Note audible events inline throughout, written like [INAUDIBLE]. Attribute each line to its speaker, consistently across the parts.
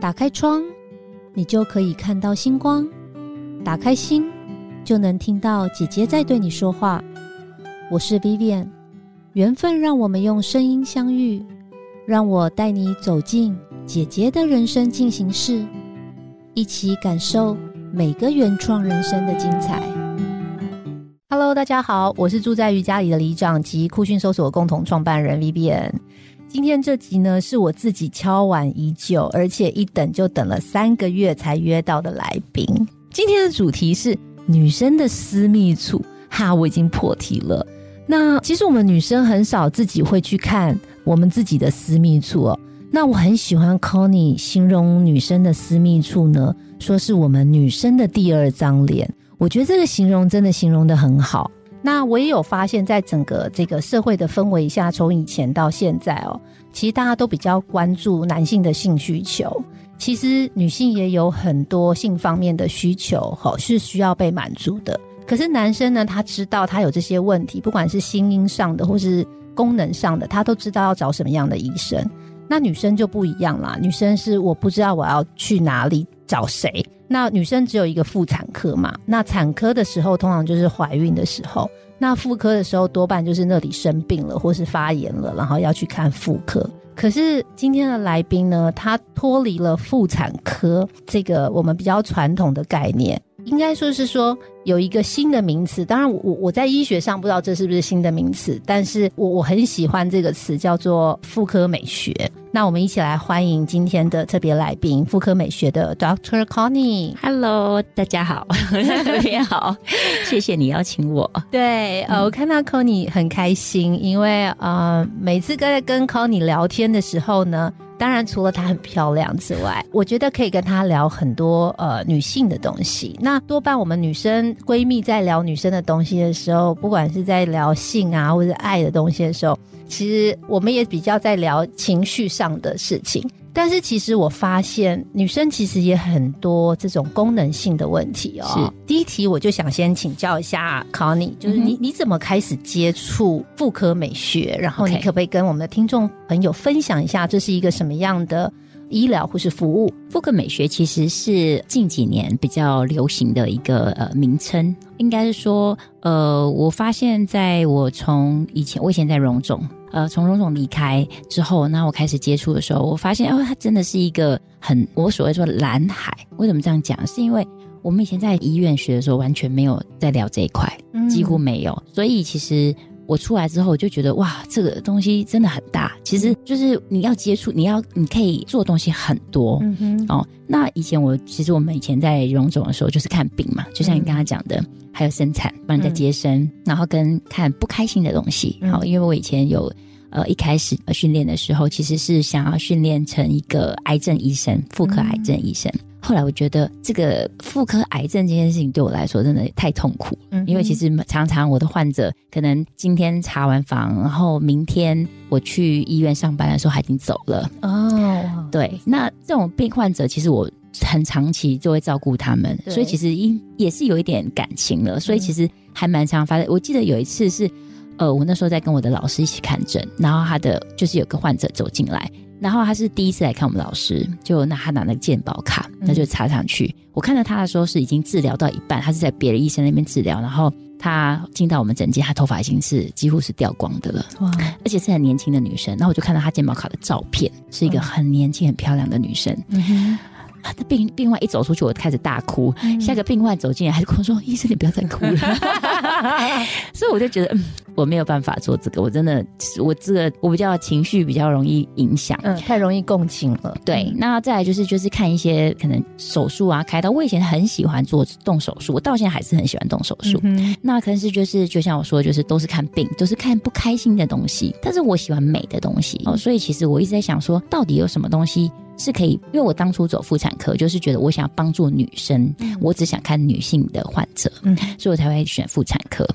Speaker 1: 打开窗，你就可以看到星光；打开心，就能听到姐姐在对你说话。我是 Vivian，缘分让我们用声音相遇，让我带你走进姐姐的人生进行式，一起感受每个原创人生的精彩。
Speaker 2: Hello，大家好，我是住在瑜伽里的里长及酷讯搜索共同创办人 Vivian。今天这集呢，是我自己敲碗已久，而且一等就等了三个月才约到的来宾。今天的主题是女生的私密处，哈，我已经破题了。那其实我们女生很少自己会去看我们自己的私密处哦。那我很喜欢 Connie 形容女生的私密处呢，说是我们女生的第二张脸。我觉得这个形容真的形容的很好。那我也有发现，在整个这个社会的氛围下，从以前到现在哦，其实大家都比较关注男性的性需求，其实女性也有很多性方面的需求，吼是需要被满足的。可是男生呢，他知道他有这些问题，不管是心因上的或是功能上的，他都知道要找什么样的医生。那女生就不一样啦，女生是我不知道我要去哪里找谁。那女生只有一个妇产科嘛，那产科的时候通常就是怀孕的时候，那妇科的时候多半就是那里生病了或是发炎了，然后要去看妇科。可是今天的来宾呢，他脱离了妇产科这个我们比较传统的概念，应该说是说有一个新的名词。当然我，我我在医学上不知道这是不是新的名词，但是我我很喜欢这个词，叫做妇科美学。那我们一起来欢迎今天的特别来宾，妇科美学的 Dr. Connie。
Speaker 3: Hello，大家好，特别好， [LAUGHS] 谢谢你邀请我。
Speaker 2: 对，呃，我看到 Connie 很开心，因为呃，每次跟跟 Connie 聊天的时候呢，当然除了她很漂亮之外，我觉得可以跟她聊很多呃女性的东西。那多半我们女生闺蜜在聊女生的东西的时候，不管是在聊性啊，或者是爱的东西的时候，其实我们也比较在聊情绪上的事情。但是其实我发现，女生其实也很多这种功能性的问题哦。
Speaker 3: 是
Speaker 2: 第一题，我就想先请教一下考你，就是你、你怎么开始接触妇科美学？然后你
Speaker 3: OK
Speaker 2: 可不可以跟我们的听众朋友分享一下，这是一个什么样的医疗或是服务？
Speaker 3: 妇科美学其实是近几年比较流行的一个呃名称，应该是说，呃，我发现在我从以前，我以前在荣总，呃，从荣总离开之后，那我开始接触的时候，我发现哦，它真的是一个很我所谓说蓝海。为什么这样讲？是因为我们以前在医院学的时候，完全没有在聊这一块。
Speaker 2: 嗯
Speaker 3: 几乎没有。所以其实我出来之后，我就觉得哇，这个东西真的很大。其
Speaker 2: 嗯
Speaker 3: 实就是你要接触，你要你可以做东西很多。
Speaker 2: 嗯哼，
Speaker 3: 哦，那以前我其实我们以前在荣总的时候就是看病嘛，就像
Speaker 2: 嗯
Speaker 3: 你刚刚讲的，还有生产帮人家接生，然后跟看不开心的东西。
Speaker 2: 嗯
Speaker 3: 好、因为我以前有呃一开始呃训练的时候，其实是想要训练成一个癌症医生，妇科癌
Speaker 2: 嗯
Speaker 3: 症医生。后来我觉得这个妇科癌症这件事情对我来说真的太痛苦了
Speaker 2: 嗯哼
Speaker 3: 因为其实常常我的患者可能今天查完房，然后明天我去医院上班的时候他已经走了。
Speaker 2: 哦，
Speaker 3: 对，那这种病患者其实我很长期就会照顾他们，
Speaker 2: 对
Speaker 3: 所以其实一也是有一点感情了。所以其实还蛮常发生。我记得有一次是，呃，我那时候在跟我的老师一起看诊，然后他的就是有个患者走进来。然后他是第一次来看我们老师，就那他拿了健保卡，那就插上去。我看到他的时候是已经治疗到一半，他是在别的医生那边治疗，然后他进到我们诊间，他头发已经是几乎是掉光的了。
Speaker 2: 哇，
Speaker 3: 而且是很年轻的女生。然后我就看到她健保卡的照片，是一个很年轻、很漂亮的女生。
Speaker 2: 嗯哼，嗯
Speaker 3: 啊那病病患一走出去，我开始大哭。下一个病患走进来，他就跟我说：“医生，你不要再哭了。”所以我就觉得，嗯，我没有办法做这个，我真的，我这个我比较情绪比较容易影响。
Speaker 2: 嗯，太容易共情了，
Speaker 3: 对，那再来就是就是看一些可能手术啊、开刀。我以前很喜欢做动手术，我到现在还是很喜欢动手术。
Speaker 2: 嗯哼
Speaker 3: 那可能是就是就像我说的，就是都是看病，都是看不开心的东西。但是我喜欢美的东西哦，所以其实我一直在想说，到底有什么东西是可以？因为我当初走妇产科，就是觉得我想要帮助女生，我只想看女性的患者，
Speaker 2: 嗯
Speaker 3: 所以我才会选妇产科。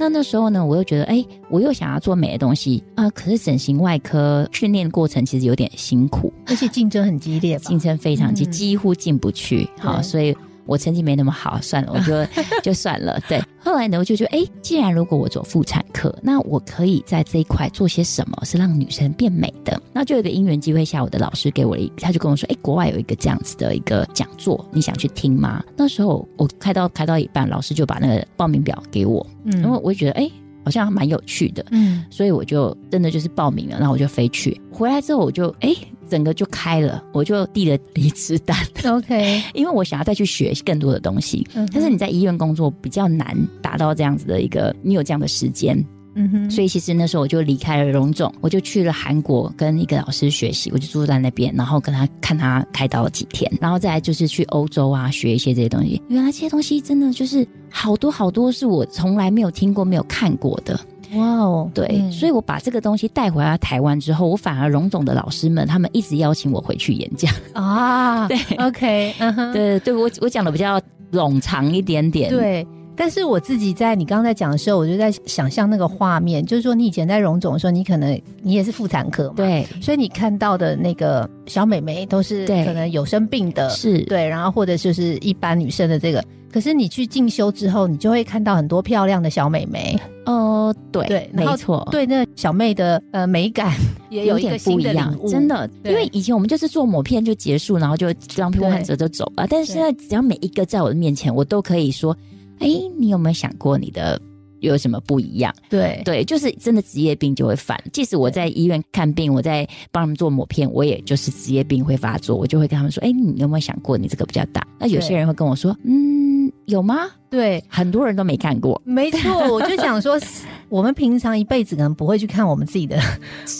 Speaker 3: 那那时候呢，我又觉得，哎，我又想要做美的东西啊、可是整形外科训练过程其实有点辛苦，
Speaker 2: 而且竞争很激烈吧，
Speaker 3: 竞争非常激，
Speaker 2: 嗯
Speaker 3: 几乎进不去。好，
Speaker 2: 对
Speaker 3: 所以我成绩没那么好，算了，我
Speaker 2: [LAUGHS]
Speaker 3: 就就算了。对，后来呢，我就觉得，哎，既然如果我走妇产科，那我可以在这一块做些什么，是让女生变美的。那就有一个因缘机会下，我的老师给我了一，他就跟我说，哎，国外有一个这样子的一个讲座，你想去听吗？那时候我开到开到一半，老师就把那个报名表给我，
Speaker 2: 嗯
Speaker 3: 然后我就觉得，哎，好像蛮有趣的。
Speaker 2: 嗯
Speaker 3: 所以我就真的就是报名了，然后我就飞去。回来之后我就哎、整个就开了，我就递了离职单，
Speaker 2: ，OK，嗯
Speaker 3: 因为我想要再去学更多的东西。但是你在医院工作比较难达到这样子的一个，你有这样的时间，
Speaker 2: 嗯哼，
Speaker 3: 所以其实那时候我就离开了荣总，我就去了韩国跟一个老师学习，我就住在那边，然后跟他看他开刀了几天，然后再来就是去欧洲啊学一些这些东西。原来这些东西真的就是好多好多是我从来没有听过、没有看过的。
Speaker 2: 哇哦，
Speaker 3: 对，
Speaker 2: 嗯
Speaker 3: 所以我把这个东西带回来台湾之后，我反而荣总的老师们他们一直邀请我回去演讲。
Speaker 2: 啊，
Speaker 3: 对
Speaker 2: ，OK，嗯哼，
Speaker 3: 对对，我我讲的比较冗长一点点。，
Speaker 2: 对，但是我自己在你刚才讲的时候，我就在想象那个画面，就是说你以前在荣总的时候，你可能你也是妇产科嘛，，
Speaker 3: 对
Speaker 2: 所以你看到的那个小美眉都是
Speaker 3: 对
Speaker 2: 可能有生病的，
Speaker 3: 是，
Speaker 2: 对，然后或者就是一般女生的这个，可是你去进修之后，你就会看到很多漂亮的小美眉，
Speaker 3: 哦、对
Speaker 2: 对然后
Speaker 3: 没错，
Speaker 2: 对那小妹的呃美感也有
Speaker 3: 有
Speaker 2: 一个
Speaker 3: 点不
Speaker 2: 新
Speaker 3: 一
Speaker 2: 的
Speaker 3: 样
Speaker 2: 领，悟，
Speaker 3: 真。的，
Speaker 2: 对
Speaker 3: 因为以前我们就是做某片就结束，然后就让批判者就走了。但是现在只要每一个在我的面前，我都可以说，哎，你有没有想过你的有什么不一样？
Speaker 2: 对，
Speaker 3: 对，就是真的职业病就会犯。即使我在医院看病，我在帮他们做抹片，我也就是职业病会发作，我就会跟他们说：“哎，你有没有想过你这个比较大？”那有些人会跟我说：“嗯，有吗
Speaker 2: 对，？”
Speaker 3: 很多人都没看过，
Speaker 2: 没错，我就想
Speaker 3: [LAUGHS]
Speaker 2: 说，我们平常一辈子可能不会去看我们自己的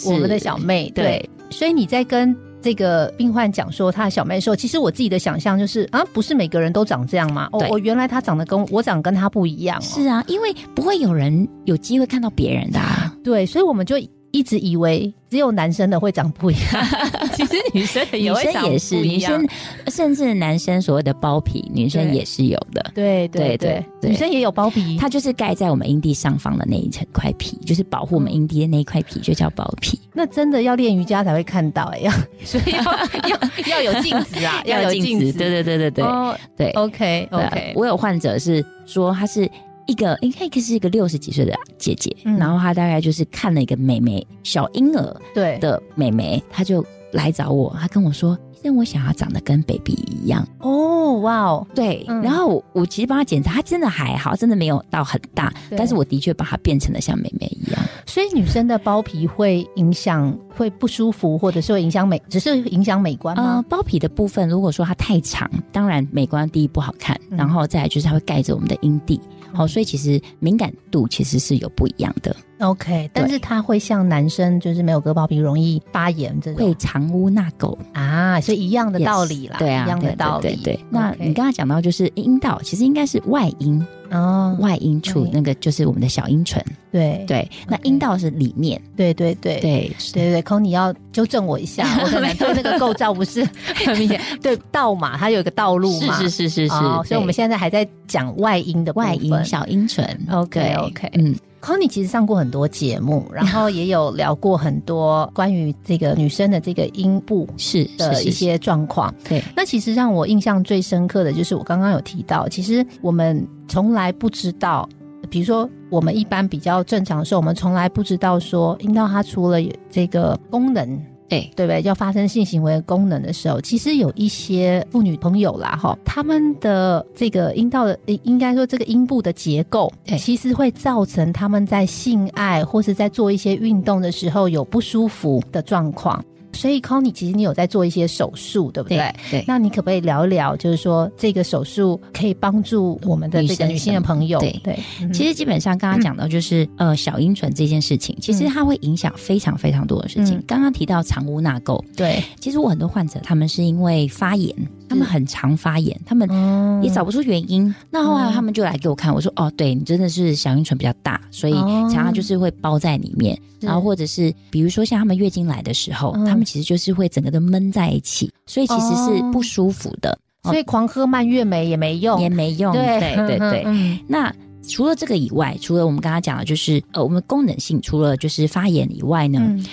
Speaker 2: 我们的小妹，对，
Speaker 3: 对
Speaker 2: 所以你在跟这个病患讲说她的小妹的时候，其实我自己的想象就是啊，不是每个人都长这样嘛，哦
Speaker 3: 对，
Speaker 2: 我原来她长得跟我长得跟她不一样、哦，
Speaker 3: 是啊，因为不会有人有机会看到别人
Speaker 2: [LAUGHS]
Speaker 3: 的、啊。
Speaker 2: 对，所以我们就一直以为只有男生的会长不一 [LAUGHS] 样，其实女生的
Speaker 3: 女生也是，女生甚至男生所谓的包皮，女生
Speaker 2: 对
Speaker 3: 也是有的。
Speaker 2: 对对对
Speaker 3: 对对，对
Speaker 2: 女生也有包皮，
Speaker 3: 它就是盖在我们阴蒂上方的那一层块皮，就是保护我
Speaker 2: 嗯
Speaker 3: 们阴蒂的那一块皮，就叫包皮。
Speaker 2: 那真的要练瑜伽才会看到哎、要 [LAUGHS] 所以要要要有镜子啊， [LAUGHS] 要有镜子，
Speaker 3: 对对对对对、
Speaker 2: 哦
Speaker 3: 对。
Speaker 2: OK
Speaker 3: 对啊
Speaker 2: OK，
Speaker 3: 我有患者是说她是一个应该是一个六十几岁的姐姐，
Speaker 2: 嗯
Speaker 3: 然后她大概就是看了一个妹妹小婴儿
Speaker 2: 对
Speaker 3: 的妹妹，她就来找我，她跟我说：“医生，我想要长得跟 baby 一样。”
Speaker 2: 哦哇哦，
Speaker 3: 对，
Speaker 2: 嗯
Speaker 3: 然后我我其实帮她检查，她真的还好，真的没有到很大，
Speaker 2: 对
Speaker 3: 但是我的确把她变成了像妹妹一样。
Speaker 2: 所以女生的包皮会影响，会不舒服，或者是会影响美，只是影响美观
Speaker 3: 呃
Speaker 2: 吗？，
Speaker 3: 包皮的部分，如果说它太长，当然美观第一不好看，
Speaker 2: 嗯
Speaker 3: 然后再来就是它会盖着我们的阴蒂，好、所以其实敏感度其实是有不一样的，
Speaker 2: OK，但是它会像男生就是没有割包皮容易发炎这
Speaker 3: 会
Speaker 2: 种
Speaker 3: 藏污纳垢
Speaker 2: 啊，是一样的
Speaker 3: Yes，
Speaker 2: 道理啦，
Speaker 3: 对啊，
Speaker 2: 一样的
Speaker 3: 对
Speaker 2: 道理。
Speaker 3: 对对对那
Speaker 2: OK
Speaker 3: 你刚刚讲到就是阴道，其实应该是外阴，
Speaker 2: 哦，
Speaker 3: 外阴处
Speaker 2: 对
Speaker 3: 那个就是我们的小阴唇，
Speaker 2: 对
Speaker 3: 对，那阴道是里面，
Speaker 2: 对对对对。
Speaker 3: 对，
Speaker 2: 对对对，空你要纠正我一
Speaker 3: [LAUGHS]
Speaker 2: 下，我可能对那个构造不是很明显。对，道嘛，它有一个道路
Speaker 3: 是
Speaker 2: 嘛，
Speaker 3: 是是是是，
Speaker 2: 哦，所以我们
Speaker 3: 对
Speaker 2: 现在还在讲外阴的部
Speaker 3: 外
Speaker 2: 分
Speaker 3: 阴小阴唇
Speaker 2: OK，
Speaker 3: 对
Speaker 2: OK
Speaker 3: 嗯，
Speaker 2: Connie 其实上过很多节目，然后也有聊过很多关于这个女生的这个阴部
Speaker 3: 是是
Speaker 2: 的
Speaker 3: 是
Speaker 2: 一
Speaker 3: 是
Speaker 2: 些状况。
Speaker 3: 对
Speaker 2: 那其实让我印象最深刻的就是我刚刚有提到，其实我们从来不知道，比如说我们一般比较正常的时候，我们从来不知道说阴道它除了有这个功能。
Speaker 3: 对
Speaker 2: 对不对？要发生性行为的功能的时候，其实有一些妇女朋友啦，哈，她们的这个阴道的，应应该说这个阴部的结构，
Speaker 3: 对
Speaker 2: 其实会造成她们在性爱或是在做一些运动的时候有不舒服的状况。所以 c o n y 其实你有在做一些手术，对不对？
Speaker 3: 对对。
Speaker 2: 那你可不可以聊一聊，就是说这个手术可以帮助我们的这个女
Speaker 3: 女生
Speaker 2: 性的朋友？
Speaker 3: 对
Speaker 2: 对，嗯
Speaker 3: 其
Speaker 2: 实
Speaker 3: 实基本上刚刚讲到就是、
Speaker 2: 嗯
Speaker 3: 呃小阴唇这件事情，其实它会影响非常非常多的事情。
Speaker 2: 嗯
Speaker 3: 刚刚提到藏污纳垢，
Speaker 2: 对，
Speaker 3: 其实我很多患者他们是因为发炎，他们很常发炎，他们
Speaker 2: 嗯
Speaker 3: 也找不出原因。那后来
Speaker 2: 嗯
Speaker 3: 他们就来给我看，我说哦，对你真的是小阴唇比较大，所以
Speaker 2: 哦
Speaker 3: 常常就是会包在里面，
Speaker 2: 是
Speaker 3: 然后或者是比如说像他们月经来的时候，
Speaker 2: 嗯
Speaker 3: 他们其实就是会整个都闷在一起，所以其实是
Speaker 2: 哦
Speaker 3: 不舒服的，
Speaker 2: 所以狂喝蔓越莓也没用，
Speaker 3: 也没用。
Speaker 2: 哦对
Speaker 3: 对对对，
Speaker 2: 嗯嗯
Speaker 3: 那除了这个以外，除了我们刚刚讲的，就是呃，我们功能性除了就是发炎以外呢，
Speaker 2: 嗯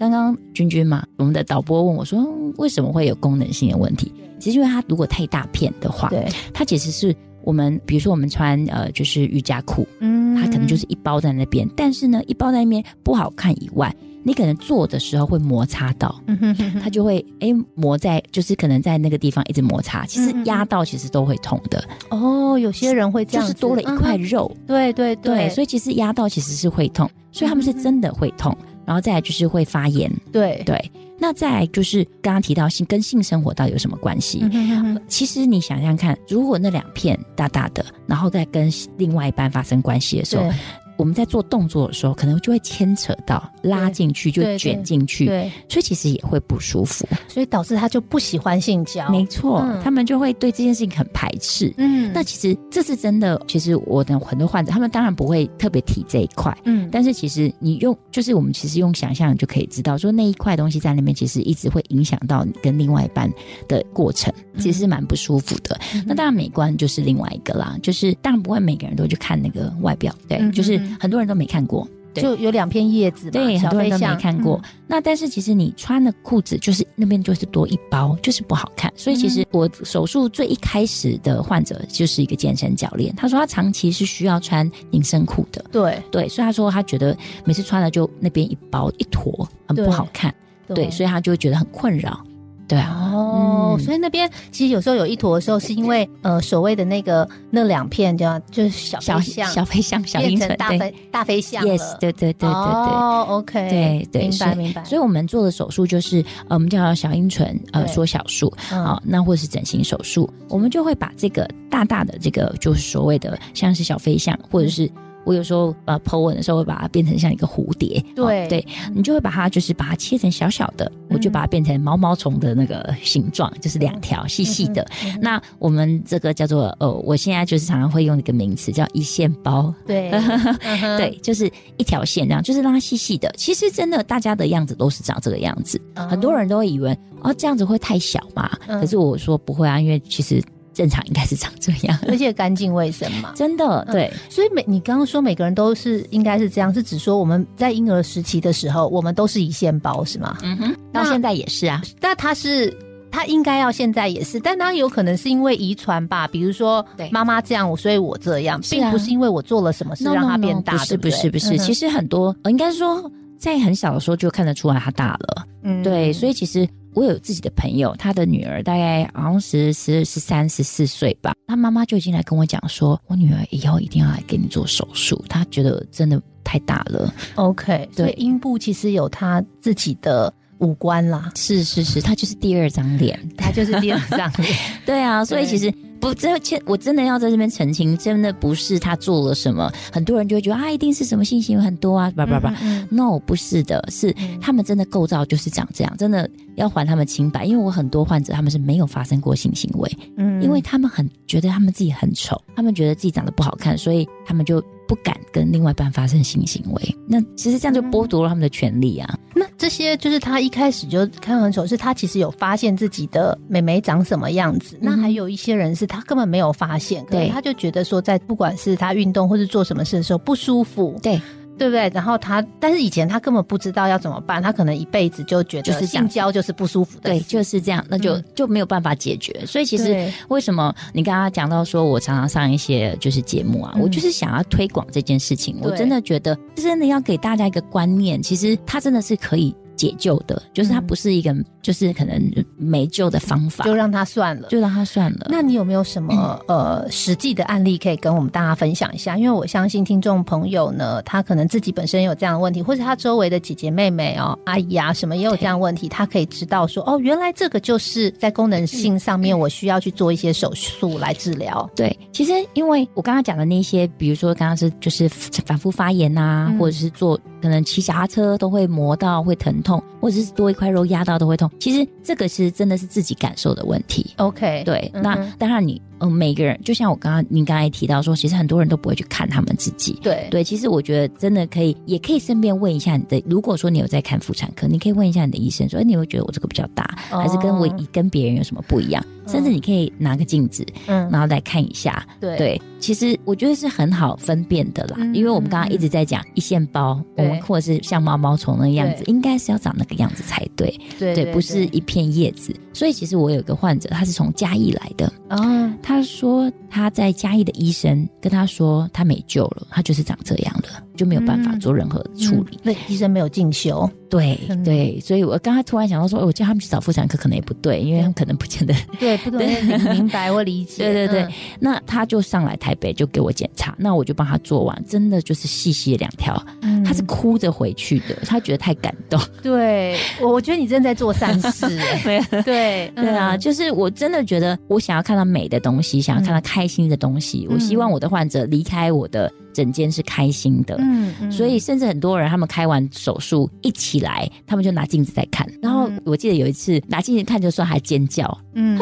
Speaker 3: 刚刚君君嘛，我们的导播问我说，嗯为什么会有功能性的问题？其实因为它如果太大片的话，
Speaker 2: 对，
Speaker 3: 它其实是我们比如说我们穿呃就是瑜伽裤，
Speaker 2: 嗯
Speaker 3: 它可能就是一包在那边，但是呢，一包在那边不好看以外，你可能坐的时候会摩擦到。
Speaker 2: 嗯
Speaker 3: 它
Speaker 2: 它
Speaker 3: 就会哎、磨在，就是可能在那个地方一直摩擦，其实
Speaker 2: 嗯嗯嗯
Speaker 3: 压到其实都会痛的，
Speaker 2: 哦，有些人会这
Speaker 3: 就
Speaker 2: 样
Speaker 3: 是
Speaker 2: 子，
Speaker 3: 多了一块
Speaker 2: 嗯哼，
Speaker 3: 肉，
Speaker 2: 对对
Speaker 3: 对，
Speaker 2: 对
Speaker 3: 所以其实压到其实是会痛，所以他们是真的会痛，
Speaker 2: 嗯
Speaker 3: 然后再来就是会发炎，
Speaker 2: 对
Speaker 3: 对，那再来就是刚刚提到性跟性生活到底有什么关系？
Speaker 2: 嗯哼哼哼
Speaker 3: 其实你想想看，如果那两片大大的，然后再跟另外一半发生关系的时候
Speaker 2: 对，
Speaker 3: 我们在做动作的时候，可能就会牵扯到拉进去，就
Speaker 2: 对对
Speaker 3: 卷进去，
Speaker 2: 对，
Speaker 3: 所以其实也会不舒服。
Speaker 2: 所以导致他就不喜欢性交，
Speaker 3: 没错，
Speaker 2: 嗯
Speaker 3: 他们就会对这件事情很排斥。
Speaker 2: 嗯
Speaker 3: 那其实这是真的，其实我的很多患者，他们当然不会特别提这一块，
Speaker 2: 嗯
Speaker 3: 但是其实你用，就是我们其实用想象就可以知道，说那一块东西在那边，其实一直会影响到你跟另外一半的过程，
Speaker 2: 嗯
Speaker 3: 其实是蛮不舒服的。那当然美观就是另外一个啦，就是当然不会每个人都去看那个外表，对，
Speaker 2: 嗯嗯
Speaker 3: 就是
Speaker 2: 嗯
Speaker 3: 很多人都没看过，对
Speaker 2: 就有两片叶子嘛，
Speaker 3: 对，很
Speaker 2: 小
Speaker 3: 多人
Speaker 2: 飞
Speaker 3: 都没
Speaker 2: 象嗯
Speaker 3: 看过。，那但是其实你穿的裤子就是那边就是多一包，就是不好看。所以其实我手术最一开始的患者就是一个健身教练，他说他长期是需要穿紧身裤的，
Speaker 2: 嗯对
Speaker 3: 对，所以他说他觉得每次穿了就那边一包一坨，很
Speaker 2: 对
Speaker 3: 不好看，对，所以他就会觉得很困扰，对啊。
Speaker 2: 哦，
Speaker 3: 嗯
Speaker 2: 所以那边其实有时候有一坨的时候，是因为呃所谓的那个那两片叫就是小
Speaker 3: 小
Speaker 2: 飞象
Speaker 3: 小飞象、小
Speaker 2: 变
Speaker 3: 阴唇
Speaker 2: 成，大
Speaker 3: 对
Speaker 2: 飞大飞象了
Speaker 3: ，yes，对对对对对，
Speaker 2: 哦，OK，
Speaker 3: 对对
Speaker 2: 明白明白，
Speaker 3: 所以我们做的手术就是，呃，我们叫小阴唇，呃，
Speaker 2: 对
Speaker 3: 缩小术，
Speaker 2: 嗯
Speaker 3: 啊、那或是整形手术，我们就会把这个大大的这个就是所谓的像是小飞象，或者是我有时候呃 po 文的时候会把它变成像一个蝴蝶，哦
Speaker 2: 对嗯
Speaker 3: 对，你就会把它就是把它切成小小的，我就把它变成毛毛虫的那个形状，就是两条细细
Speaker 2: 嗯
Speaker 3: 的。那我们这个叫做呃，我现在就是常常会用一个名词叫一线包，
Speaker 2: [LAUGHS] 对嗯哼
Speaker 3: 对，就是一条线这样，就是让它细细的。其实真的，大家的样子都是长这个样子。
Speaker 2: 哦
Speaker 3: 很多人都会以为哦，这样子会太小嘛。
Speaker 2: 嗯
Speaker 3: 可是我说不会啊，因为其实正常应该是长这 [LAUGHS] 样。
Speaker 2: 嗯而且干净卫生嘛，
Speaker 3: 真的，对，
Speaker 2: [LAUGHS] 所以每你刚刚说每个人都是应该是这样，是指说我们在婴儿时期的时候，我们都是一线包是吗？
Speaker 3: 嗯哼，
Speaker 2: 那
Speaker 3: 到现在也是啊，
Speaker 2: 那他是他应该要现在也是，但他有可能是因为遗传吧，比如说
Speaker 3: 对
Speaker 2: 妈妈这样，我所以我这样，
Speaker 3: 是啊
Speaker 2: 并不是因为我做了什么事
Speaker 3: No, no,
Speaker 2: 让他变
Speaker 3: no，
Speaker 2: 大，
Speaker 3: 不嗯
Speaker 2: 对
Speaker 3: 是
Speaker 2: 嗯
Speaker 3: 不是不是，其
Speaker 2: 实
Speaker 3: 实很多，呃应该说在很小的时候就看得出来他大了。对，所
Speaker 2: 以
Speaker 3: 以其实我有自己的朋友，他的女儿大概好像十十十三十四岁吧，他妈妈就已经来跟我讲说，我女儿以后一定要来给你做手术，她觉得真的太大了。
Speaker 2: OK，所以
Speaker 3: 对，
Speaker 2: 阴部其实有他自己的五官啦
Speaker 3: 是是是，她就是第二张脸。
Speaker 2: 他就是第二张脸。 [LAUGHS]
Speaker 3: 对啊，所以
Speaker 2: 对
Speaker 3: 其实不真切，我真的要在这边澄清，真的不是他做了什么，很多人就会觉得啊，一定是什么性行为很多啊，叭叭叭。
Speaker 2: 嗯
Speaker 3: No，不是的，是
Speaker 2: 嗯
Speaker 3: 他们真的构造就是长这样，真的要还他们清白。因为我很多患者他们是没有发生过性行为，
Speaker 2: 嗯
Speaker 3: 因为他们很觉得他们自己很丑，他们觉得自己长得不好看，所以他们就不敢跟另外一半发生性行为。那其实这样就剥夺了他们的权利啊。
Speaker 2: 那这些就是他一开始就看很丑，是他其实有发现自己的美眉长什么样子。那
Speaker 3: 嗯哼
Speaker 2: 还有一些人是他根本没有发现，可能
Speaker 3: 对
Speaker 2: 他就觉得说，在不管是他运动或是做什么事的时候不舒服，
Speaker 3: 对
Speaker 2: 对不对？然后他，但是以前他根本不知道要怎么办，他可能一辈子就觉
Speaker 3: 就是
Speaker 2: 得
Speaker 3: 这样
Speaker 2: 性交就是不舒服的
Speaker 3: 对，
Speaker 2: 事
Speaker 3: 就是这样，那就、
Speaker 2: 嗯
Speaker 3: 就没有办法解决。所以其实
Speaker 2: 对
Speaker 3: 为什么你刚刚讲到说，我常常上一些就是节目啊，
Speaker 2: 嗯
Speaker 3: 我就是想要推广这件事情。
Speaker 2: 对
Speaker 3: 我真的觉得，真的要给大家一个观念，其实它真的是可以解救的，就是它
Speaker 2: 嗯
Speaker 3: 不是一个就是可能没救的方法，
Speaker 2: 就让他算了。
Speaker 3: 就让它算了。
Speaker 2: 那你有没有什么呃实际的案例可以跟我们大家分享一下？因为我相信听众朋友呢，他可能自己本身有这样的问题，或者他周围的姐姐妹妹哦、阿姨啊什么也有这样的问题，他可以知道说哦，原来这个就是在功能性上面，我需要去做一些手术来治疗。
Speaker 3: 对，其实因为我刚刚讲的那些，比如说刚刚是就是反复发炎啊，
Speaker 2: 嗯
Speaker 3: 或者是做可能骑脚踏车都会磨到会疼痛，或者是多一块肉压到都会痛。其实这个是真的是自己感受的问题。
Speaker 2: OK，，
Speaker 3: 对，
Speaker 2: 嗯哼
Speaker 3: 那当然你，嗯、每个人，就像我刚刚你刚才提到说，其实很多人都不会去看他们自己。
Speaker 2: 对，
Speaker 3: 对，其实我觉得真的可以，也可以顺便问一下你的。如果说你有在看妇产科，你可以问一下你的医生说，哎，你会觉得我这个比较大，
Speaker 2: 哦
Speaker 3: 还是跟我跟别人有什么不一样？甚至你可以拿个镜子，
Speaker 2: 嗯，
Speaker 3: 然后来看一下。
Speaker 2: 对，
Speaker 3: 对，其实我觉得是很好分辨的啦，
Speaker 2: 嗯
Speaker 3: 因为我们刚刚一直在讲一线包，我
Speaker 2: 对
Speaker 3: 们或者是像毛毛虫那个样子，
Speaker 2: 对
Speaker 3: 应该是要长那个样子才对，
Speaker 2: 对
Speaker 3: 不是一片叶子。所以其实我有一个患者，他是从嘉义来的，
Speaker 2: 啊，
Speaker 3: 他说他在嘉义的医生跟他说他没救了，他就是长这样了，就没有办法
Speaker 2: 嗯
Speaker 3: 做任何处理。
Speaker 2: 那医生没有进修，
Speaker 3: 对
Speaker 2: 真的
Speaker 3: 对，所以我刚才突然想到说，哦我叫他们去找妇产科可能也不对，因为他们可能
Speaker 2: [LAUGHS]
Speaker 3: 不见得
Speaker 2: [LAUGHS] 对，不能理明白或理 [LAUGHS] 解，
Speaker 3: 对对对
Speaker 2: 嗯，
Speaker 3: 那他就上来台北就给我检查，那我就帮他做完，真的就是细细的两条，
Speaker 2: 嗯
Speaker 3: 他是哭着回去的，他觉得太感动。
Speaker 2: 对我，我觉得你真的在做善 [LAUGHS] 事，哎
Speaker 3: 没有
Speaker 2: 对
Speaker 3: 对啊，
Speaker 2: 嗯
Speaker 3: 就是我真的觉得我想要看到美的东西，想要看到开心的东西，
Speaker 2: 嗯
Speaker 3: 我希望我的患者离开我的诊间是开心的。
Speaker 2: 嗯嗯
Speaker 3: 所以，甚至很多人他们开完手术一起来，他们就拿镜子在看。然后
Speaker 2: 嗯
Speaker 3: 我记得有一次拿镜子看，就说还尖叫，
Speaker 2: 嗯，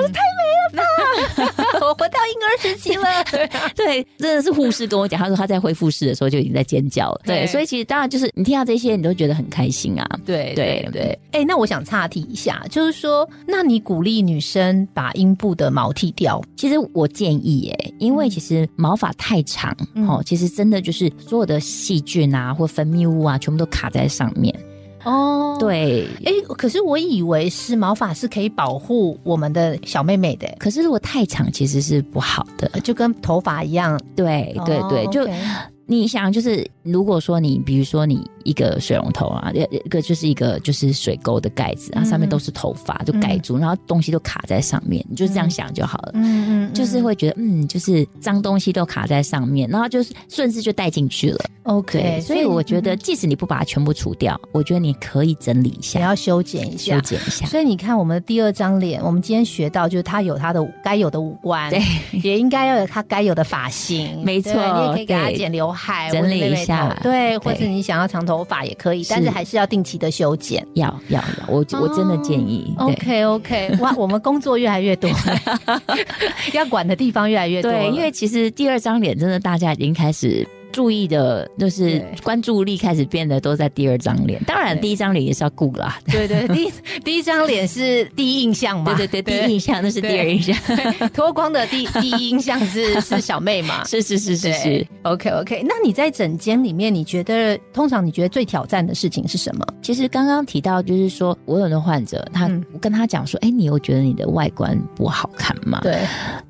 Speaker 2: [LAUGHS]
Speaker 3: 我回到婴儿时期了。对，真的是护士跟我讲，他说他在恢复室的时候就已经在尖叫了。
Speaker 2: 对
Speaker 3: 对，所以其实当然就是你听到这些，你都觉得很开心啊。
Speaker 2: [LAUGHS] 对
Speaker 3: 对
Speaker 2: 对，哎、那我想岔题一下，就是说，那你鼓励女生把阴部的毛剃掉？
Speaker 3: 其实我建议耶、因为其实毛发太长、
Speaker 2: 嗯
Speaker 3: 哦，其实真的就是所有的细菌啊或分泌物啊，全部都卡在上面。
Speaker 2: 哦，
Speaker 3: 对。
Speaker 2: 哎、可是我以为是毛发是可以保护我们的小妹妹的、
Speaker 3: 可是如果太长其实是不好的，
Speaker 2: 就跟头发一样。
Speaker 3: 对对对，
Speaker 2: 哦
Speaker 3: 就
Speaker 2: OK
Speaker 3: 你想，就是如果说你，比如说你一个水龙头啊，一一个就是一个就是水沟的盖子，然后上面都是头发，就盖住，然后东西都卡在上面，你就这样想就好了。
Speaker 2: 嗯嗯，
Speaker 3: 就是会觉得，嗯，就是脏东西都卡在上面，然后就是顺势就带进去了。
Speaker 2: OK，
Speaker 3: 对，所以我觉
Speaker 2: 嗯
Speaker 3: 得，即使你不把它全部除掉，我觉得你可以整理一
Speaker 2: 也
Speaker 3: 下，
Speaker 2: 要修剪一
Speaker 3: 修
Speaker 2: 下。
Speaker 3: 剪一下。
Speaker 2: 所以你看，我们的第二张脸，我们今天学到就是他有他的该有的五官，对，也应该要有他该有的发型，
Speaker 3: [LAUGHS] 没错
Speaker 2: 对你也可以给他
Speaker 3: 对
Speaker 2: 剪刘海，
Speaker 3: 整
Speaker 2: 或者
Speaker 3: 理
Speaker 2: 妹妹
Speaker 3: 一下
Speaker 2: 头对，或
Speaker 3: 对
Speaker 2: 者你想要长头发也可以，但是
Speaker 3: 是
Speaker 2: 还是要定期的修剪。
Speaker 3: 要要要，我我真的建议，
Speaker 2: OK
Speaker 3: 对
Speaker 2: OK，
Speaker 3: [LAUGHS]
Speaker 2: 哇，我们工作越来越多，要管的地方越来越多了，
Speaker 3: 对，因为其实第二张脸真的大家已经开始注意的，就是
Speaker 2: 对
Speaker 3: 关注力开始变得都在第二张脸。当然，
Speaker 2: 对
Speaker 3: 第一张脸也是要顾
Speaker 2: [LAUGHS]
Speaker 3: 啦。
Speaker 2: 对对，第一第一张脸是第一印象嘛，
Speaker 3: 对对 [LAUGHS] 对，第一印象那是第二印象，
Speaker 2: [LAUGHS]
Speaker 3: [LAUGHS]
Speaker 2: 脱光的第第一印象是是小妹嘛。
Speaker 3: 是是是是是
Speaker 2: 对。，OK OK。那你在整间里面，你觉得通常你觉得最挑战的事情是什么？
Speaker 3: 其实刚刚提到，就是说我有的患者，他、
Speaker 2: 嗯
Speaker 3: 我跟他讲说，哎，你有觉得你的外观不好看吗？，
Speaker 2: 对，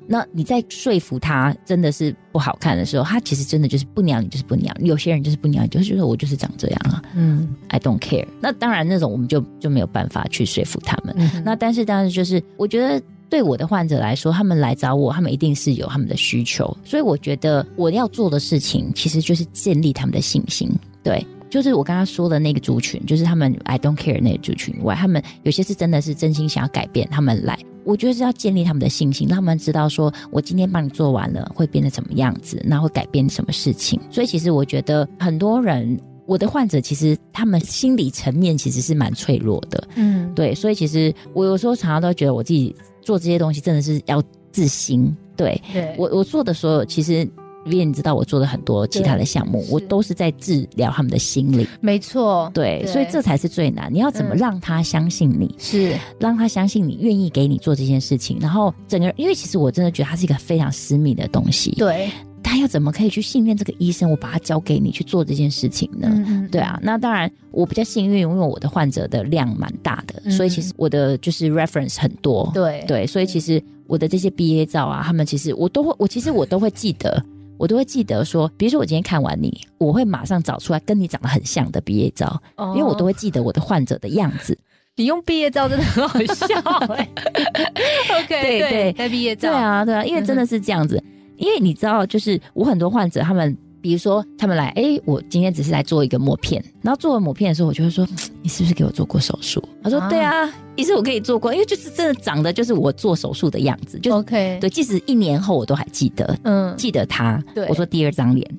Speaker 3: 那你在说服他真的是不好看的时候，他其实真的就是不鸟你，就是不鸟你。有些人就是不鸟你，就是觉得我就是长这样啊
Speaker 2: 嗯
Speaker 3: ，I don't care。那当然，那种我们就就没有办法去说服他们。
Speaker 2: 嗯，
Speaker 3: 那但是当然就是，我觉得对我的患者来说，他们来找我，他们一定是有他们的需求，所以我觉得我要做的事情其实就是建立他们的信心，对。就是我刚刚说的那个族群，就是他们 I don't care 那个族群以外，他们有些是真的是真心想要改变，他们来，我觉得是要建立他们的信心，让他们知道说我今天帮你做完了会变得怎么样子，那会改变什么事情。所以其实我觉得很多人，我的患者其实他们心理层面其实是蛮脆弱的，
Speaker 2: 嗯，
Speaker 3: 对，所以其实我有时候常常都觉得我自己做这些东西真的是要自心。对
Speaker 2: 对，
Speaker 3: 我我做的所有，其实因为你知道我做的很多其他的项目
Speaker 2: 对，
Speaker 3: 我
Speaker 2: 是
Speaker 3: 都是在治疗他们的心理。
Speaker 2: 没错，
Speaker 3: 对，所以
Speaker 2: 对
Speaker 3: 这才是最难。你要怎么
Speaker 2: 嗯
Speaker 3: 让他相信你，
Speaker 2: 是
Speaker 3: 让他相信你愿意给你做这件事情，然后整个人，因为其实我真的觉得它是一个非常私密的东西。，
Speaker 2: 对，
Speaker 3: 他要怎么可以去信任这个医生，我把他交给你去做这件事情呢？
Speaker 2: 嗯
Speaker 3: 对，啊，那当然我比较幸运，因为我的患者的量蛮大的，
Speaker 2: 嗯
Speaker 3: 所以其实我的就是 reference 很多。
Speaker 2: 对
Speaker 3: 对，所以其实我的这些毕业照啊，他们其实我都会，我其实我都会记得，我都会记得说，比如说我今天看完你，我会马上找出来跟你长得很像的毕业照，因为我
Speaker 2: 哦
Speaker 3: 都会记得我的患者的样子。
Speaker 2: 你用毕业照真的很好 [LAUGHS] 笑哎，OK，
Speaker 3: 对对
Speaker 2: 在毕业
Speaker 3: 对
Speaker 2: 照，
Speaker 3: 啊，对啊，因为真的是这样子，因为你知道，就是我很多患者他们。比如说，他们来，哎，我今天只是来做一个抹片，然后做完抹片的时候，我就会说，嘖你是不是给我做过手术？他说，
Speaker 2: 啊
Speaker 3: 对啊，医生，我给你做过，因为就是真的长得就是我做手术的样子，就是、
Speaker 2: ，OK，
Speaker 3: 对，即使一年后我都还记得，
Speaker 2: 嗯，
Speaker 3: 记得他。
Speaker 2: 对
Speaker 3: 我说第二张脸，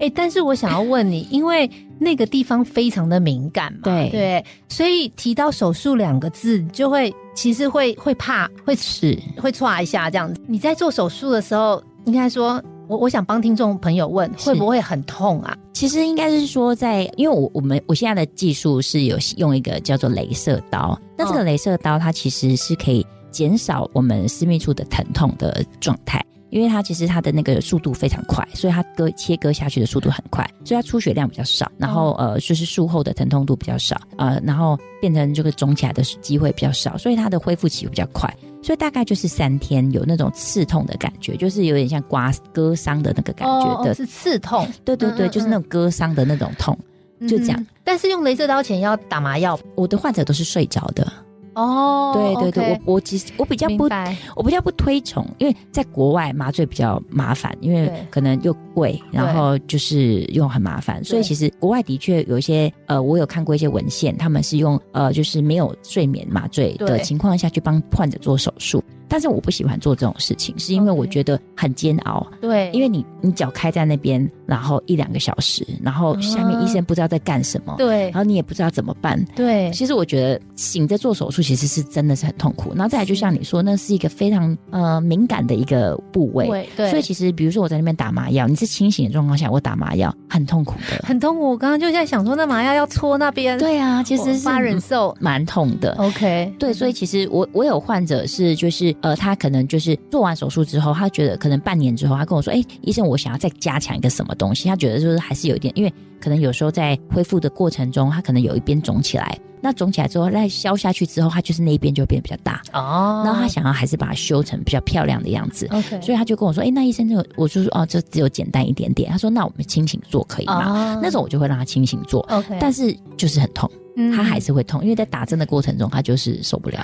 Speaker 2: 哎、但是我想要问你，因为那个地方非常的敏感嘛，
Speaker 3: 对
Speaker 2: 对，所以提到手术两个字，你就会其实会会怕，会
Speaker 3: 是
Speaker 2: 会歘一下这样子。你在做手术的时候，应该说，我我想帮听众朋友问，
Speaker 3: 是
Speaker 2: 会不会很痛啊？
Speaker 3: 其实应该是说在，因为我我们我现在的技术是有用一个叫做镭射刀，那这个镭射刀它其实是可以减少我们私密处的疼痛的状态。因为它其实它的那个速度非常快，所以它割切割下去的速度很快，所以它出血量比较少，然后呃就是术后的疼痛度比较少，呃，然后变成这个肿起来的机会比较少，所以它的恢复期比较快，所以大概就是三天有那种刺痛的感觉，就是有点像刮割伤的那个感觉的，
Speaker 2: 哦是刺痛，
Speaker 3: 对对对，
Speaker 2: 嗯嗯
Speaker 3: 就是那种割伤的那种痛。 [LAUGHS] 就这样
Speaker 2: 嗯哼。但是用镭射刀前要打麻药
Speaker 3: 我的患者都是睡着的，
Speaker 2: 哦
Speaker 3: 对对对，我我其实我比较不
Speaker 2: 明白
Speaker 3: 我比较不推崇，因为在国外麻醉比较麻烦，因为
Speaker 2: 对
Speaker 3: 可能又贵，然后就是又很麻烦，所以其实国外的确有一些呃，我有看过一些文献，他们是用呃，就是没有睡眠麻醉的
Speaker 2: 对
Speaker 3: 情况下去帮患者做手术。但是我不喜欢做这种事情，是因为
Speaker 2: OK
Speaker 3: 我觉得很煎熬
Speaker 2: 对，
Speaker 3: 因为你你脚开在那边，然后一两个小时，然后下面
Speaker 2: 啊
Speaker 3: 医生不知道在干什么，
Speaker 2: 对
Speaker 3: 然后你也不知道怎么办，
Speaker 2: 对
Speaker 3: 其实我觉得醒着做手术其实是真的是很痛苦，然后再来就是像你说，那是一个非常呃敏感的一个部位，
Speaker 2: 对对，
Speaker 3: 所以其实比如说我在那边打麻药，你是清醒的状况下我打麻药很痛苦
Speaker 2: [LAUGHS]
Speaker 3: 的，
Speaker 2: 很痛苦。我刚刚就在想说，那麻药要戳那边，，
Speaker 3: 对啊，其实是
Speaker 2: 发人受。
Speaker 3: 蛮痛的。
Speaker 2: OK，嗯
Speaker 3: 对，所以其实我我有患者是就是呃，他可能就是做完手术之后，他觉得可能半年之后，他跟我说，哎、医生，我想要再加强一个什么东西，他觉得就是还是有一点，因为可能有时候在恢复的过程中，他可能有一边肿起来，那肿起来之后再消下去之后，他就是那一边就会变得比较大，
Speaker 2: 哦，
Speaker 3: 然后他想要还是把它修成比较漂亮的样子。
Speaker 2: OK，
Speaker 3: 所以他就跟我说：“哎、那医生就我就说哦，这只有简单一点点。”他说：“那我们清醒做可以吗？”
Speaker 2: 啊
Speaker 3: 那种我就会让他清醒做，
Speaker 2: OK，
Speaker 3: 但是就是很痛，
Speaker 2: 嗯
Speaker 3: 他还是会痛，因为在打针的过程中他就是受不了。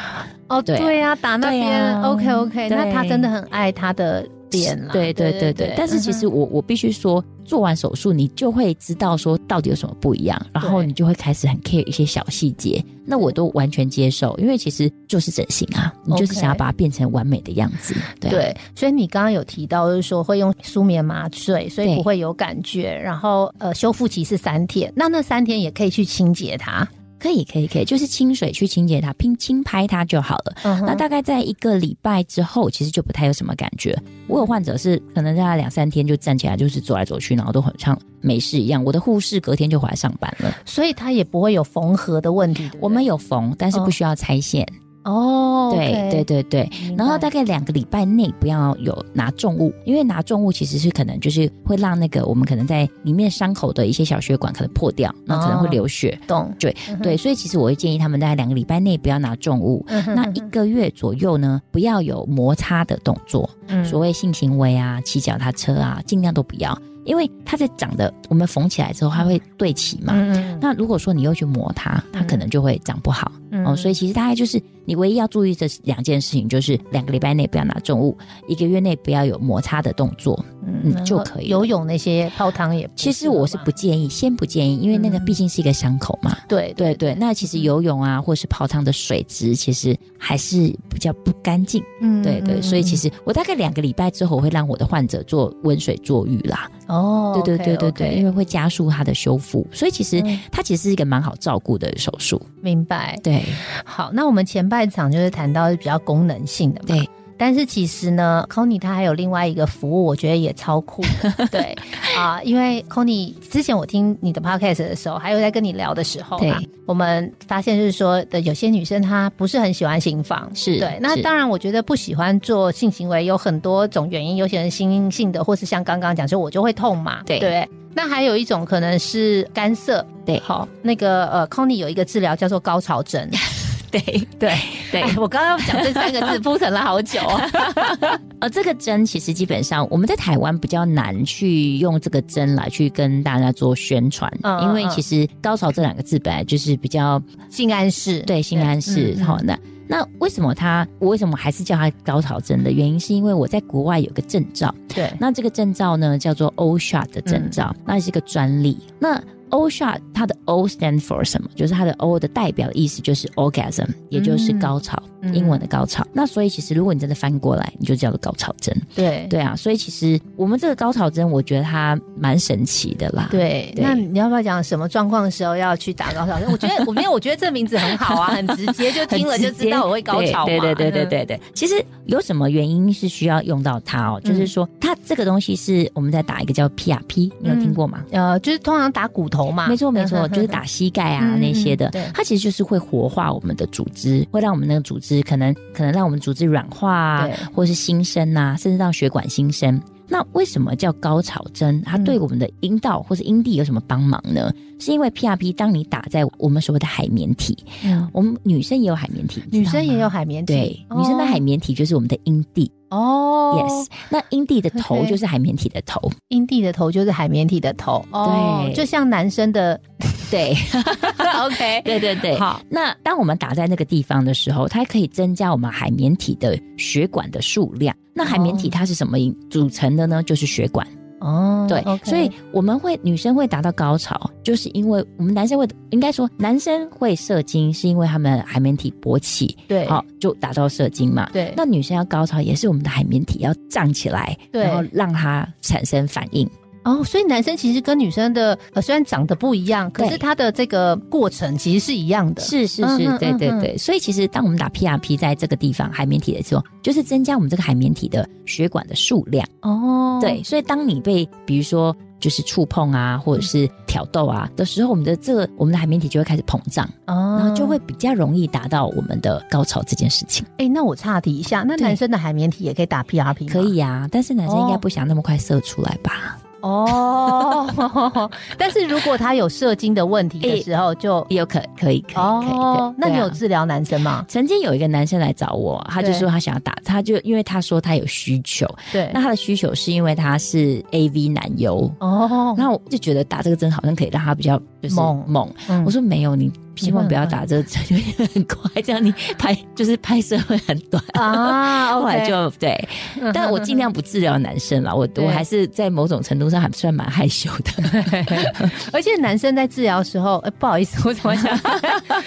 Speaker 2: 哦
Speaker 3: 对啊
Speaker 2: 对啊，打那
Speaker 3: 对
Speaker 2: 边
Speaker 3: 啊
Speaker 2: OK OK，
Speaker 3: 对
Speaker 2: 那他真的很爱他的脸啦，
Speaker 3: 对对对对。但是其实
Speaker 2: 嗯
Speaker 3: 我我必须说，做完手术你就会知道说到底有什么不一样，然后
Speaker 2: 对
Speaker 3: 你就会开始很 care 一些小细节。那我都完全接受，因为其实就是整形啊，你就是
Speaker 2: OK
Speaker 3: 想要把它变成完美的样子。对啊
Speaker 2: 对，所以你刚刚有提到，就是说会用舒眠麻醉，所以
Speaker 3: 对
Speaker 2: 不会有感觉。然后呃，修复期是三天，那那三天也可以去清洁它。
Speaker 3: 可以可以可以，就是清水去清洁它，拼轻拍它就好了。
Speaker 2: 嗯哼
Speaker 3: 那大概在一个礼拜之后，其实就不太有什么感觉。我有患者是可能在他两三天就站起来，就是走来走去，然后都很像没事一样。我的护士隔天就回来上班了。
Speaker 2: 所以它也不会有缝合的问题。对不对
Speaker 3: 我们有缝，但是
Speaker 2: 哦
Speaker 3: 不需要拆线。
Speaker 2: 哦，
Speaker 3: 对对对对。
Speaker 2: 对
Speaker 3: 然后大概两个礼拜内不要有拿重物，因为拿重物其实是可能就是会让那个我们可能在里面伤口的一些小血管可能破掉，那可能会
Speaker 2: 哦
Speaker 3: 流血。
Speaker 2: 懂，
Speaker 3: 对
Speaker 2: 嗯哼
Speaker 3: 对，，所以其实我会建议他们大概两个礼拜内不要拿重物。
Speaker 2: 嗯哼
Speaker 3: 那一个月左右呢，不要有摩擦的动作，
Speaker 2: 嗯
Speaker 3: 所谓性行为啊、骑脚踏车啊，尽量都不要，因为它在长的，我们缝起来之后，它会对齐嘛。
Speaker 2: 嗯
Speaker 3: 那如果说你又去磨它，它可能就会长不好、
Speaker 2: 嗯
Speaker 3: 哦。所以其实大概就是你唯一要注意的两件事情，就是两个礼拜内不要拿重物，一个月内不要有摩擦的动作。嗯
Speaker 2: 然后
Speaker 3: 就可以了
Speaker 2: 游泳那些泡汤也不适合嘛。
Speaker 3: 其实我是不建议，先不建议，因为那个
Speaker 2: 嗯
Speaker 3: 毕竟是一个伤口嘛。
Speaker 2: 对
Speaker 3: 对对，那其实游泳啊，或是泡汤的水质，其实还是比较不干净。
Speaker 2: 嗯
Speaker 3: 对对，
Speaker 2: 嗯
Speaker 3: 所以其
Speaker 2: 嗯
Speaker 3: 实我大概两个礼拜之后，我会让我的患者做温水坐浴啦。
Speaker 2: 哦，
Speaker 3: 对对对对
Speaker 2: OK，OK
Speaker 3: 对，因为会加速他的修复，所以其实
Speaker 2: 嗯
Speaker 3: 它其实是一个蛮好照顾的手术。
Speaker 2: 明白。
Speaker 3: 对
Speaker 2: 好，那我们前半场就是谈到比较功能性的嘛。
Speaker 3: 对。
Speaker 2: 但是其实呢，Kony 他还有另外一个服务，我觉得也超酷
Speaker 3: [LAUGHS]
Speaker 2: 的。对啊、因为 Kony 之前我听你的 podcast 的时候，还有在跟你聊的时候啊
Speaker 3: 对，
Speaker 2: 我们发现就是说的有些女生她不是很喜欢行房，
Speaker 3: 是
Speaker 2: 对。那
Speaker 3: 是
Speaker 2: 当然，我觉得不喜欢做性行为有很多种原因，有些人心因性的，或是像刚刚讲，就我就会痛嘛，
Speaker 3: 对
Speaker 2: 不对。那还有一种可能是干涉，
Speaker 3: 对
Speaker 2: 好，那个呃，Kony 有一个治疗叫做高潮针，
Speaker 3: [LAUGHS] 对
Speaker 2: 对
Speaker 3: 对
Speaker 2: 哎我刚刚讲这三个字铺陈了好久哦。
Speaker 3: 呃，这个针其实基本上我们在台湾比较难去用这个针来去跟大家做宣传，
Speaker 2: 嗯
Speaker 3: 因为
Speaker 2: 嗯
Speaker 3: 其实“高潮”这两个字本来就是比较
Speaker 2: 性暗示，
Speaker 3: 对 [LAUGHS] 性暗示
Speaker 2: 嗯嗯
Speaker 3: 好、那那为什么它我为什么还是叫它高潮针的原因，是因为我在国外有个证照。
Speaker 2: 对，
Speaker 3: 那这个证照呢叫做 OSHA 的证照，
Speaker 2: 嗯
Speaker 3: 那是一个专利。那 OSHA 它的 O stand for 什么？就是它的 O 的代表的意思就是 orgasm，也就是高潮，
Speaker 2: 嗯
Speaker 3: 英文的高潮。那所以其实如果你真的翻过来，你就叫做高潮针。
Speaker 2: 对
Speaker 3: 对啊，所以其实我们这个高潮针，我觉得它蛮神奇的啦。
Speaker 2: 对
Speaker 3: 对
Speaker 2: 那你要不要讲什么状况的时候要去打高潮针？我觉
Speaker 3: [LAUGHS]
Speaker 2: 得我没有，我觉得这名字很好啊，很直接，就
Speaker 3: 很
Speaker 2: 听了就
Speaker 3: 直
Speaker 2: 知
Speaker 3: 接
Speaker 2: 道我会高潮嘛。嗯
Speaker 3: 对对对对对对。其实有什么原因是需要用到它哦？
Speaker 2: 嗯
Speaker 3: 就是说，它这个东西是我们在打一个叫 PRP，你有听过吗？
Speaker 2: 嗯，呃，就是通常打骨头嘛，
Speaker 3: 没错没
Speaker 2: 嗯
Speaker 3: 错，
Speaker 2: 哼
Speaker 3: 就是打膝盖啊
Speaker 2: 嗯
Speaker 3: 那些的
Speaker 2: 嗯对，
Speaker 3: 它其实就是会活化我们的组织，会让我们那个组织质，可能可能让我们组织软化啊
Speaker 2: [LAUGHS] 对，
Speaker 3: 或是新生呐、甚至让血管新生。那为什么叫高草针？它
Speaker 2: 嗯
Speaker 3: 对我们的阴道或是阴蒂有什么帮忙呢？是因为 PRP，当你打在我们所谓的海绵体，
Speaker 2: 嗯
Speaker 3: 我们女生也有海绵体，
Speaker 2: 女生也有
Speaker 3: 海
Speaker 2: 海绵体
Speaker 3: 对，，女生的海绵体就是我们的阴蒂。
Speaker 2: 哦
Speaker 3: yes，那阴蒂的头
Speaker 2: OK
Speaker 3: 就是海绵体
Speaker 2: [LAUGHS]
Speaker 3: 的头。
Speaker 2: 阴蒂的头就是海绵体的头，哦，
Speaker 3: 对
Speaker 2: 就像男生的
Speaker 3: [LAUGHS] 对，
Speaker 2: [LAUGHS] ，OK，
Speaker 3: [LAUGHS] 对对对。
Speaker 2: 好，
Speaker 3: 那当我们打在那个地方的时候，它可以增加我们海绵体的血管的数量。那海绵体
Speaker 2: 哦
Speaker 3: 它是什么组成的呢？就是血管。
Speaker 2: 哦，
Speaker 3: 对
Speaker 2: OK
Speaker 3: 所以我们会女生会达到高潮，就是因为我们男生会应该说男生会射精，是因为他们海绵体勃起，
Speaker 2: 对，
Speaker 3: 好、就达到射精嘛。
Speaker 2: 对，
Speaker 3: 那女生要高潮，也是我们的海绵体要胀起来，
Speaker 2: 对
Speaker 3: 然后让它产生反应。
Speaker 2: 哦，所以男生其实跟女生的呃虽然长得不一样，可是
Speaker 3: 对
Speaker 2: 他的这个过程其实是一样的，
Speaker 3: 是是
Speaker 2: 嗯
Speaker 3: 是，
Speaker 2: 哼
Speaker 3: 对对
Speaker 2: 嗯哼
Speaker 3: 对。所以其实当我们打 PRP 在这个地方海绵体的时候，就是增加我们这个海绵体的血管的数量。
Speaker 2: 哦，
Speaker 3: 对，，所以当你被比如说就是触碰啊，或者是挑逗啊的时候，我们的这个我们的海绵体就会开始膨胀，
Speaker 2: 哦，
Speaker 3: 然后就会比较容易达到我们的高潮这件事情。
Speaker 2: 哎、那我岔题一下，那
Speaker 3: 对
Speaker 2: 男生的海绵体也可以打 PRP 吗
Speaker 3: 可以啊，但是男生应该
Speaker 2: 哦
Speaker 3: 不想那么快射出来吧？
Speaker 2: 哦， [LAUGHS] 但是如果他有射精的问题的时候就，
Speaker 3: 有可可以可以可以对
Speaker 2: 哦，那你
Speaker 3: 对啊
Speaker 2: 有治疗男生
Speaker 3: [LAUGHS]
Speaker 2: 吗？
Speaker 3: 曾经有一个男生来找我，他就
Speaker 2: 对
Speaker 3: 说他想要打，他就因为他说他有需求，
Speaker 2: 对
Speaker 3: 那，他的需求是因为他是 AV 男优，
Speaker 2: 哦，
Speaker 3: 然后我就觉得打这个针好像可以让他比较就是
Speaker 2: 猛
Speaker 3: 猛。
Speaker 2: 嗯
Speaker 3: 我 [LAUGHS] 说没有，你千万不要
Speaker 2: 你会很
Speaker 3: 打这个针， [LAUGHS] 因为很快，这样你拍就是拍摄会很短。
Speaker 2: 啊，
Speaker 3: 后来
Speaker 2: OK
Speaker 3: 就对， [LAUGHS] 但我尽量不治疗男生了，我
Speaker 2: 对
Speaker 3: 我还是在某种程度上还算蛮害羞的。 [LAUGHS]
Speaker 2: 而且男生在治疗的时候，呃，不好意思，我怎么
Speaker 3: [LAUGHS]
Speaker 2: 想，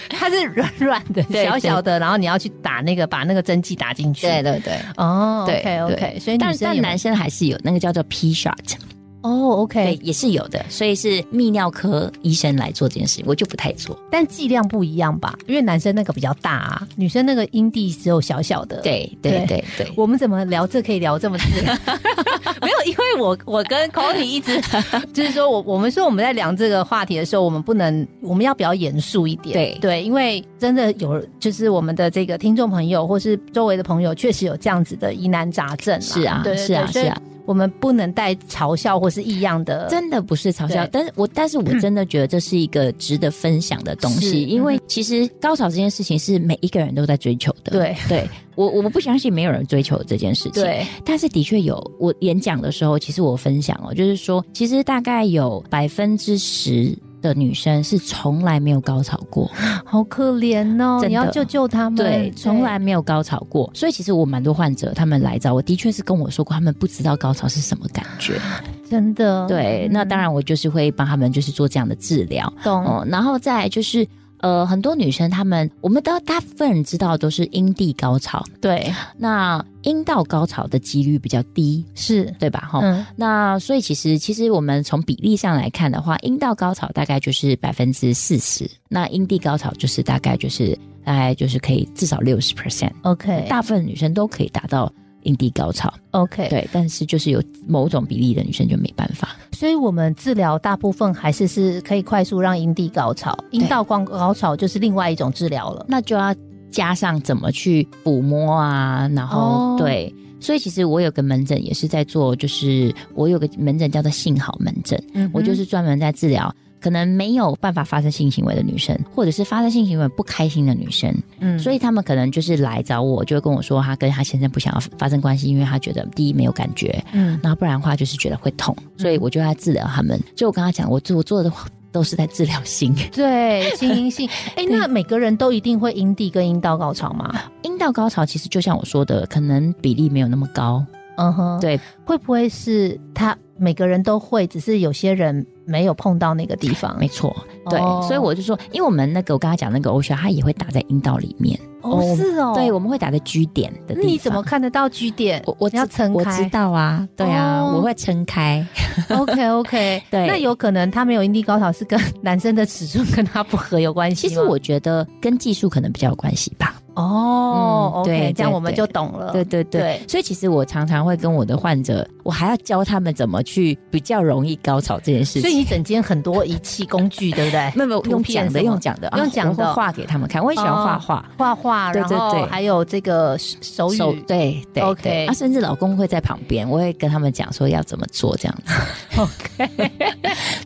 Speaker 2: 它是软软的、
Speaker 3: 对
Speaker 2: 小小的，然后你要去打那个，把那个针剂打进去。
Speaker 3: 对对，
Speaker 2: 哦
Speaker 3: [LAUGHS] 对
Speaker 2: ，OK
Speaker 3: 对
Speaker 2: OK，所以女
Speaker 3: 但
Speaker 2: 生
Speaker 3: 但
Speaker 2: 也
Speaker 3: 男生还是有那个叫做 P shot，
Speaker 2: 哦
Speaker 3: 对，
Speaker 2: OK，
Speaker 3: 也是有的，所以是泌尿科医生来做这件事，我就不太做。
Speaker 2: 但剂量不一样吧？因为男生那个比较大啊，女生那个阴蒂只有小小的。，
Speaker 3: 对对
Speaker 2: 对
Speaker 3: 对对，
Speaker 2: 我们怎么聊这可以聊这么自然？ [LAUGHS] 没有，因为我我跟 c o n y 一直 [LAUGHS] 就是说我我们说我们在聊这个话题的时候，我们不能我们要比较严肃一点。
Speaker 3: 对
Speaker 2: 对，因为真的有就是我们的这个听众朋友或是周围的朋友，确实有这样子的疑难杂症啦。
Speaker 3: 是啊
Speaker 2: 对
Speaker 3: 是啊是。
Speaker 2: 对
Speaker 3: 啊
Speaker 2: 对所以我们不能带嘲笑或是异样的，
Speaker 3: 真的不是嘲笑
Speaker 2: 对，
Speaker 3: 但是我但是我真的觉得这是一个值得分享的东
Speaker 2: 是
Speaker 3: 西，因为其实高潮这件事情是每一个人都在追求的。
Speaker 2: 对
Speaker 3: 对，我我不相信没有人追求这件事情。，
Speaker 2: 对
Speaker 3: 但是的确有。我演讲的时候，其实我分享哦，就是说，其实大概有百分之十的女生是从来没有高潮过，
Speaker 2: 好可怜哦！
Speaker 3: 真的
Speaker 2: 你要救救他们，
Speaker 3: 对，从来没有高潮过。所以其实我蛮多患者他们来找我，的确是跟我说过，他们不知道高潮是什么感觉。
Speaker 2: 真的
Speaker 3: 对，那当然我就是会帮他们就是做这样的治疗。
Speaker 2: 懂、
Speaker 3: 哦，然后再来就是。呃，很多女生她们，我们都大部分人知道都是阴蒂高潮，
Speaker 2: 对
Speaker 3: 那阴道高潮的几率比较低，
Speaker 2: 是
Speaker 3: 对吧？哈、
Speaker 2: 嗯
Speaker 3: 那所以其实其实我们从比例上来看的话，阴道高潮大概就是百分之四十，那阴蒂高潮就是大概就是大概就是可以至少六十 percent，
Speaker 2: OK
Speaker 3: 大部分女生都可以达到阴蒂高潮，
Speaker 2: OK
Speaker 3: 对，但是就是有某种比例的女生就没办法，
Speaker 2: 所以我们治疗大部分还是是可以快速让阴蒂高潮，阴道光高潮就是另外一种治疗了。
Speaker 3: 那就要加上怎么去抚摸啊，然后、
Speaker 2: 哦
Speaker 3: 对，所以其实我有个门诊也是在做，就是我有个门诊叫做性好门诊，
Speaker 2: 嗯哼
Speaker 3: 我就是专门在治疗可能没有办法发生性行为的女生，或者是发生性行为不开心的女生，
Speaker 2: 嗯
Speaker 3: 所以他们可能就是来找我，就会跟我说她跟她先生不想要发生关系，因为她觉得第一没有感觉，
Speaker 2: 嗯
Speaker 3: 那不然的话就是觉得会痛，所以我就在治疗他们。所以我跟他讲，我做我做的话都是在治疗性。
Speaker 2: 对心阴
Speaker 3: [LAUGHS]
Speaker 2: 性，哎、那每个人都一定会阴蒂跟阴道高潮吗？
Speaker 3: [LAUGHS] 阴道高潮其实就像我说的，可能比例没有那么高。
Speaker 2: 嗯哼，
Speaker 3: 对，
Speaker 2: 会不会是他每个人都会，只是有些人没有碰到那个地方？
Speaker 3: 没错，对，
Speaker 2: 哦
Speaker 3: 所以我就说，因为我们那个我刚才讲那个 O 血，它也会打在阴道里面，
Speaker 2: 哦，是哦，
Speaker 3: 对，我们会打在 G 点
Speaker 2: 那
Speaker 3: 的地方。
Speaker 2: 你怎么？看得到 G 点？ [LAUGHS]
Speaker 3: 我我
Speaker 2: 你要
Speaker 3: 知
Speaker 2: 撑
Speaker 3: 我
Speaker 2: 开
Speaker 3: 知道啊，对啊，
Speaker 2: 哦
Speaker 3: 我会撑开，
Speaker 2: OK OK，
Speaker 3: [LAUGHS] 对
Speaker 2: 那有可能他没有阴蒂高潮是跟男生的尺寸跟他不合有关系
Speaker 3: 其
Speaker 2: 吗。
Speaker 3: 实我觉得跟技术可能比较有关系吧。
Speaker 2: 哦、
Speaker 3: 嗯
Speaker 2: o
Speaker 3: 对
Speaker 2: k 这样
Speaker 3: 对
Speaker 2: 我们
Speaker 3: 对
Speaker 2: 就懂了。
Speaker 3: 对对对，
Speaker 2: 对
Speaker 3: 所以其实我常常会跟我的患者，我还要教他们怎么去比较容易高潮这件事情。
Speaker 2: 所以你整间很多仪器工具，对不对？
Speaker 3: 没有没有
Speaker 2: 图
Speaker 3: 用
Speaker 2: 片
Speaker 3: 讲的
Speaker 2: 什么
Speaker 3: 用讲的
Speaker 2: 用讲的哦
Speaker 3: 啊我会画给他们看，我也喜欢画画。
Speaker 2: 画画，
Speaker 3: 对
Speaker 2: 然
Speaker 3: 对
Speaker 2: 后
Speaker 3: 对
Speaker 2: 还有这个手语。
Speaker 3: 对对
Speaker 2: OK
Speaker 3: 对啊，甚至老公会在旁边，我会跟他们讲说要怎么做这样
Speaker 2: [LAUGHS]
Speaker 3: 子。 [LAUGHS]
Speaker 2: OK，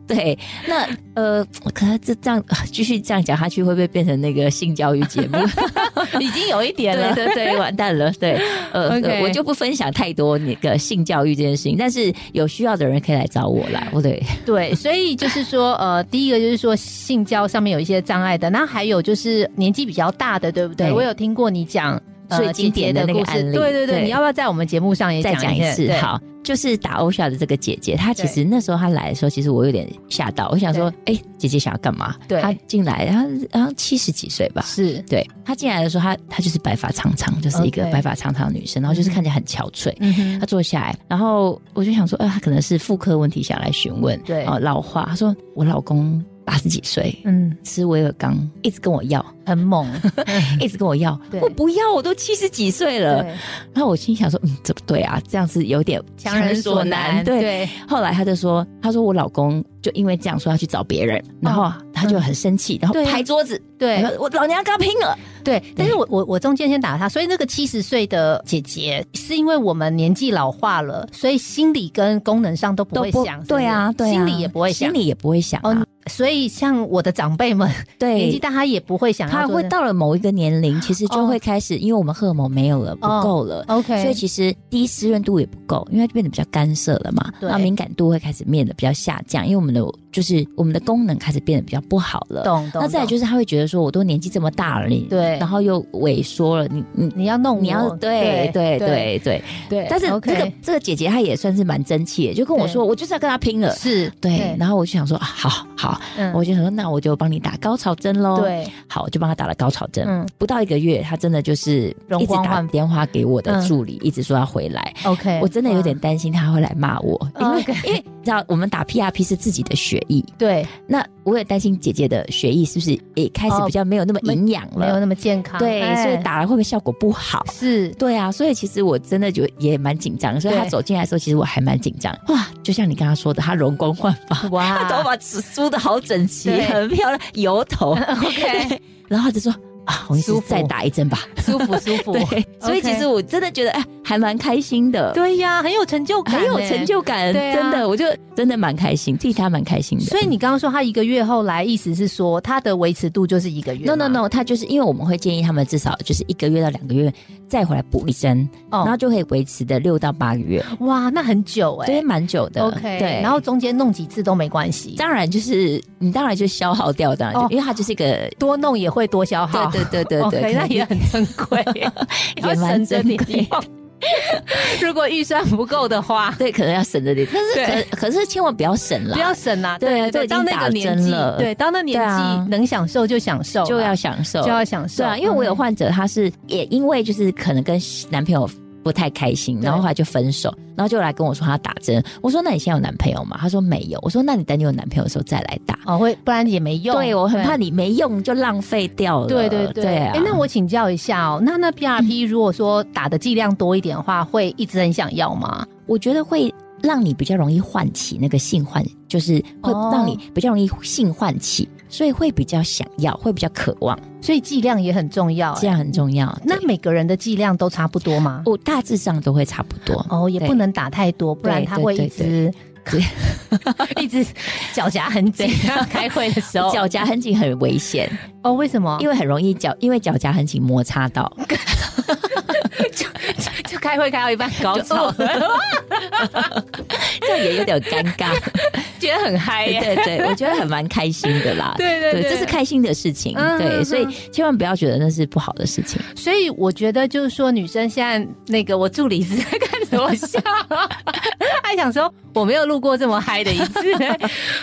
Speaker 3: 对，那呃，可是这这样呃继续这样讲下去，会不会变成那个性教育节目？
Speaker 2: 已经有一点
Speaker 3: 对
Speaker 2: 了。
Speaker 3: 对对，完蛋了。对，呃
Speaker 2: OK
Speaker 3: 呃我就不分享太多那个性教育这件事情，但是有需要的人可以来找我啦。
Speaker 2: 嗯
Speaker 3: 我对，
Speaker 2: [LAUGHS] 对，所以就是说，呃，第一个就是说性交上面有一些障碍的，那还有就是年纪比较大的，对不对？
Speaker 3: 对
Speaker 2: 我有听过你讲呃
Speaker 3: 最经典的
Speaker 2: 姐姐的
Speaker 3: 那
Speaker 2: 故
Speaker 3: 个
Speaker 2: 事
Speaker 3: 案例
Speaker 2: 对对对，
Speaker 3: 对
Speaker 2: 你要不要在我们节目上也
Speaker 3: 再
Speaker 2: 讲
Speaker 3: 讲一次
Speaker 2: 对，
Speaker 3: 好，就是打欧夏的这个姐姐，她其
Speaker 2: 对
Speaker 3: 实那时候她来的时候，其实我有点吓到，我想说，哎、姐姐想要干嘛？
Speaker 2: 对嗯
Speaker 3: 她进来，然后然后七十几岁吧。
Speaker 2: 是，
Speaker 3: 对她进来的时候，她她就是白发苍苍，就是一个
Speaker 2: OK
Speaker 3: 白发苍苍的女生，然后就是看起来很憔悴。
Speaker 2: 嗯哼
Speaker 3: 她，坐下来，然后我就想说，呃，她可能是妇科问题想来询问，
Speaker 2: 对
Speaker 3: 哦，老化。她说我老公八十几岁，
Speaker 2: 嗯，
Speaker 3: 吃威尔刚，一直跟
Speaker 2: [LAUGHS]
Speaker 3: 我要，
Speaker 2: 很
Speaker 3: [LAUGHS]
Speaker 2: 猛，
Speaker 3: 一直跟我要
Speaker 2: 对，
Speaker 3: 我不要，我都七十几岁了。
Speaker 2: 对
Speaker 3: 然后我心里想说，嗯，这不对啊，这样是有点
Speaker 2: 强人所难，
Speaker 3: 对，
Speaker 2: 对，
Speaker 3: 后来他就说，他说我老公就因为这样说要去找别人，然后他就很生气，然
Speaker 2: 哦
Speaker 3: 后
Speaker 2: 对啊
Speaker 3: 拍桌子，
Speaker 2: 对
Speaker 3: 他说我老娘要跟他拼了。
Speaker 2: 对，但是我我我中间先打他，所以那个七十岁的姐姐是因为我们年纪老化了，所以心理跟功能上都不会想，
Speaker 3: 对啊，
Speaker 2: 是不
Speaker 3: 对
Speaker 2: 是
Speaker 3: 啊，
Speaker 2: 心理也不会想
Speaker 3: 心。里也不会想啊
Speaker 2: 哦，，所以像我的长辈们年纪
Speaker 3: 对。
Speaker 2: 大，他也不会想要
Speaker 3: 他
Speaker 2: 做
Speaker 3: 会
Speaker 2: 这
Speaker 3: 到了某一个年龄，其实就会开始，因为我们荷尔蒙没有了，不
Speaker 2: 哦
Speaker 3: 够了，
Speaker 2: OK，
Speaker 3: 所以其实第一湿润度也不够，因为它变得比较干涩了嘛，
Speaker 2: 对
Speaker 3: 那敏感度会开始变得比较下降，因为我们的就是我们的功能开始变得比较不好了。
Speaker 2: 懂懂。
Speaker 3: 那再来
Speaker 2: 懂
Speaker 3: 就是他会觉得说，我都年纪这么大了，你
Speaker 2: 对
Speaker 3: 然后又萎缩了，你你
Speaker 2: 你要弄我，
Speaker 3: 你要对对对对，
Speaker 2: 对，
Speaker 3: 但是这
Speaker 2: OK，
Speaker 3: 个这个姐姐她也算是蛮争气的，就跟我说，我就是要跟她拼了。
Speaker 2: 是
Speaker 3: 对，，然后我就想说，啊好好，
Speaker 2: 嗯
Speaker 3: 我就想说，那我就帮你打高潮针喽。，
Speaker 2: 对
Speaker 3: 好，我就帮她打了高潮针。
Speaker 2: 嗯
Speaker 3: 不到一个月，她真的就是
Speaker 2: 容
Speaker 3: 一直
Speaker 2: 光
Speaker 3: 打
Speaker 2: 焕发
Speaker 3: 电话给我的
Speaker 2: 嗯
Speaker 3: 助理，一直说要回来。
Speaker 2: OK，
Speaker 3: 我真的有点
Speaker 2: 嗯哦
Speaker 3: 担心她会来骂我，因为
Speaker 2: OK
Speaker 3: 因为你知道我们打 PRP 是自己的血液，
Speaker 2: 对
Speaker 3: 那我也担心姐姐的血液是不是也开始
Speaker 2: 哦
Speaker 3: 比较没有那么营养
Speaker 2: 没有
Speaker 3: 了？
Speaker 2: 那么健康，
Speaker 3: 对，
Speaker 2: 哎
Speaker 3: 所以打了会不会效果不好？
Speaker 2: 是
Speaker 3: 对啊，所以其实我真的就也蛮紧张，所以他
Speaker 2: 对
Speaker 3: 走进来的时候，其实我还蛮紧张。哇，就像你刚刚说的，他容光焕发，他 [LAUGHS] [LAUGHS] 头
Speaker 2: 哇
Speaker 3: 发梳的好整齐，
Speaker 2: 对
Speaker 3: 很漂亮，油头。
Speaker 2: ，OK，
Speaker 3: 然后他就说啊，洪医师
Speaker 2: 舒服
Speaker 3: 再打一针吧。
Speaker 2: 舒服舒服，
Speaker 3: [LAUGHS] 对，所以其实我真的觉得哎，还蛮开心的，
Speaker 2: 对呀，很有成就感，
Speaker 3: 很有成。就感，
Speaker 2: 对啊
Speaker 3: 真的，我就真的蛮开心，替他蛮开心的。
Speaker 2: 所以你刚刚说他一个月后来，意思是说他的维持度就是一个月
Speaker 3: No no
Speaker 2: 吗
Speaker 3: no，他就是因为我们会建议他们至少就是一个月到两个月再回来补一针，
Speaker 2: 哦
Speaker 3: 然后就可以维持的六到八个月，
Speaker 2: 哇，那很久哎、
Speaker 3: 对，蛮久的。
Speaker 2: OK，
Speaker 3: 对，
Speaker 2: 然后中间弄几次都没关系，
Speaker 3: 当然就是你当然就消耗掉，当然就、
Speaker 2: 哦
Speaker 3: 因为它就是一个。
Speaker 2: 多弄也会多消耗。
Speaker 3: 对对对
Speaker 2: [LAUGHS]
Speaker 3: 对
Speaker 2: OK，
Speaker 3: 对，
Speaker 2: 那也很珍贵，
Speaker 3: [LAUGHS]
Speaker 2: 要
Speaker 3: 也
Speaker 2: 省
Speaker 3: 蛮
Speaker 2: 着你
Speaker 3: 珍贵
Speaker 2: 用。 [LAUGHS] 如果预算不够的话，
Speaker 3: 对，可能要省着点，但
Speaker 2: 对
Speaker 3: 是可可是千万不要省
Speaker 2: 不
Speaker 3: 啦，
Speaker 2: 要省啦。
Speaker 3: 对都已经
Speaker 2: 到那
Speaker 3: 打
Speaker 2: 个年纪
Speaker 3: 针了，
Speaker 2: 对，到那年
Speaker 3: 对
Speaker 2: 纪
Speaker 3: 啊
Speaker 2: 能享受就享受啦，
Speaker 3: 就要享受，
Speaker 2: 就要享受。嗯
Speaker 3: 对啊，因为我有
Speaker 2: OK
Speaker 3: 患者，他是也因为就是可能跟男朋友不太开心，
Speaker 2: 对
Speaker 3: 然后后来就分手，然后就来跟我说他打针，我说那你现在有男朋友吗？他说没有，我说那你等你有男朋友的时候再来打，
Speaker 2: 哦，会不然也没用。
Speaker 3: 对我很怕
Speaker 2: 你。
Speaker 3: 你没用就浪费掉了，
Speaker 2: 对对对，
Speaker 3: 对啊
Speaker 2: 哎、那我请教一下哦，那那 [LAUGHS] PRP 如果说打的剂量多一点的话，会一直很想要吗？
Speaker 3: 我觉得会让你比较容易唤起那个性唤，就是会
Speaker 2: 哦
Speaker 3: 让你比较容易性唤起，所以会比较想要，会比较渴望，
Speaker 2: 所以剂量也很重要、
Speaker 3: 这
Speaker 2: 哎
Speaker 3: 样很重要。
Speaker 2: 那
Speaker 3: 对
Speaker 2: 每个人的剂量都差不多吗？
Speaker 3: 我大致上都会差不多。
Speaker 2: 哦，也
Speaker 3: 对
Speaker 2: 不能打太多，不然
Speaker 3: 对
Speaker 2: 他
Speaker 3: 对
Speaker 2: 会一
Speaker 3: 对
Speaker 2: 直 [LAUGHS] 一直脚夹很紧。开会的时 [LAUGHS] 候，
Speaker 3: 脚夹很紧很危险，
Speaker 2: 哦，为什么？
Speaker 3: 因为很容易脚，因为脚夹很紧摩擦
Speaker 2: [LAUGHS]
Speaker 3: 到，
Speaker 2: 为就开会开到一半高潮，
Speaker 3: 这样也有点尴尬。
Speaker 2: [LAUGHS] 觉得很嗨
Speaker 3: 对
Speaker 2: 耶。
Speaker 3: 对对，我觉得还蛮开心的啦。
Speaker 2: 哎 [LAUGHS] 对对对
Speaker 3: 这是开心的事情。
Speaker 2: 嗯
Speaker 3: 对，
Speaker 2: 嗯
Speaker 3: 所以千万不要觉得那是不好的事情。
Speaker 2: 所以我觉得就是说，女生现在那个我助理一直在看着我
Speaker 3: [LAUGHS]
Speaker 2: 笑，还想说我没有录过这么嗨的一
Speaker 3: [LAUGHS]
Speaker 2: 次。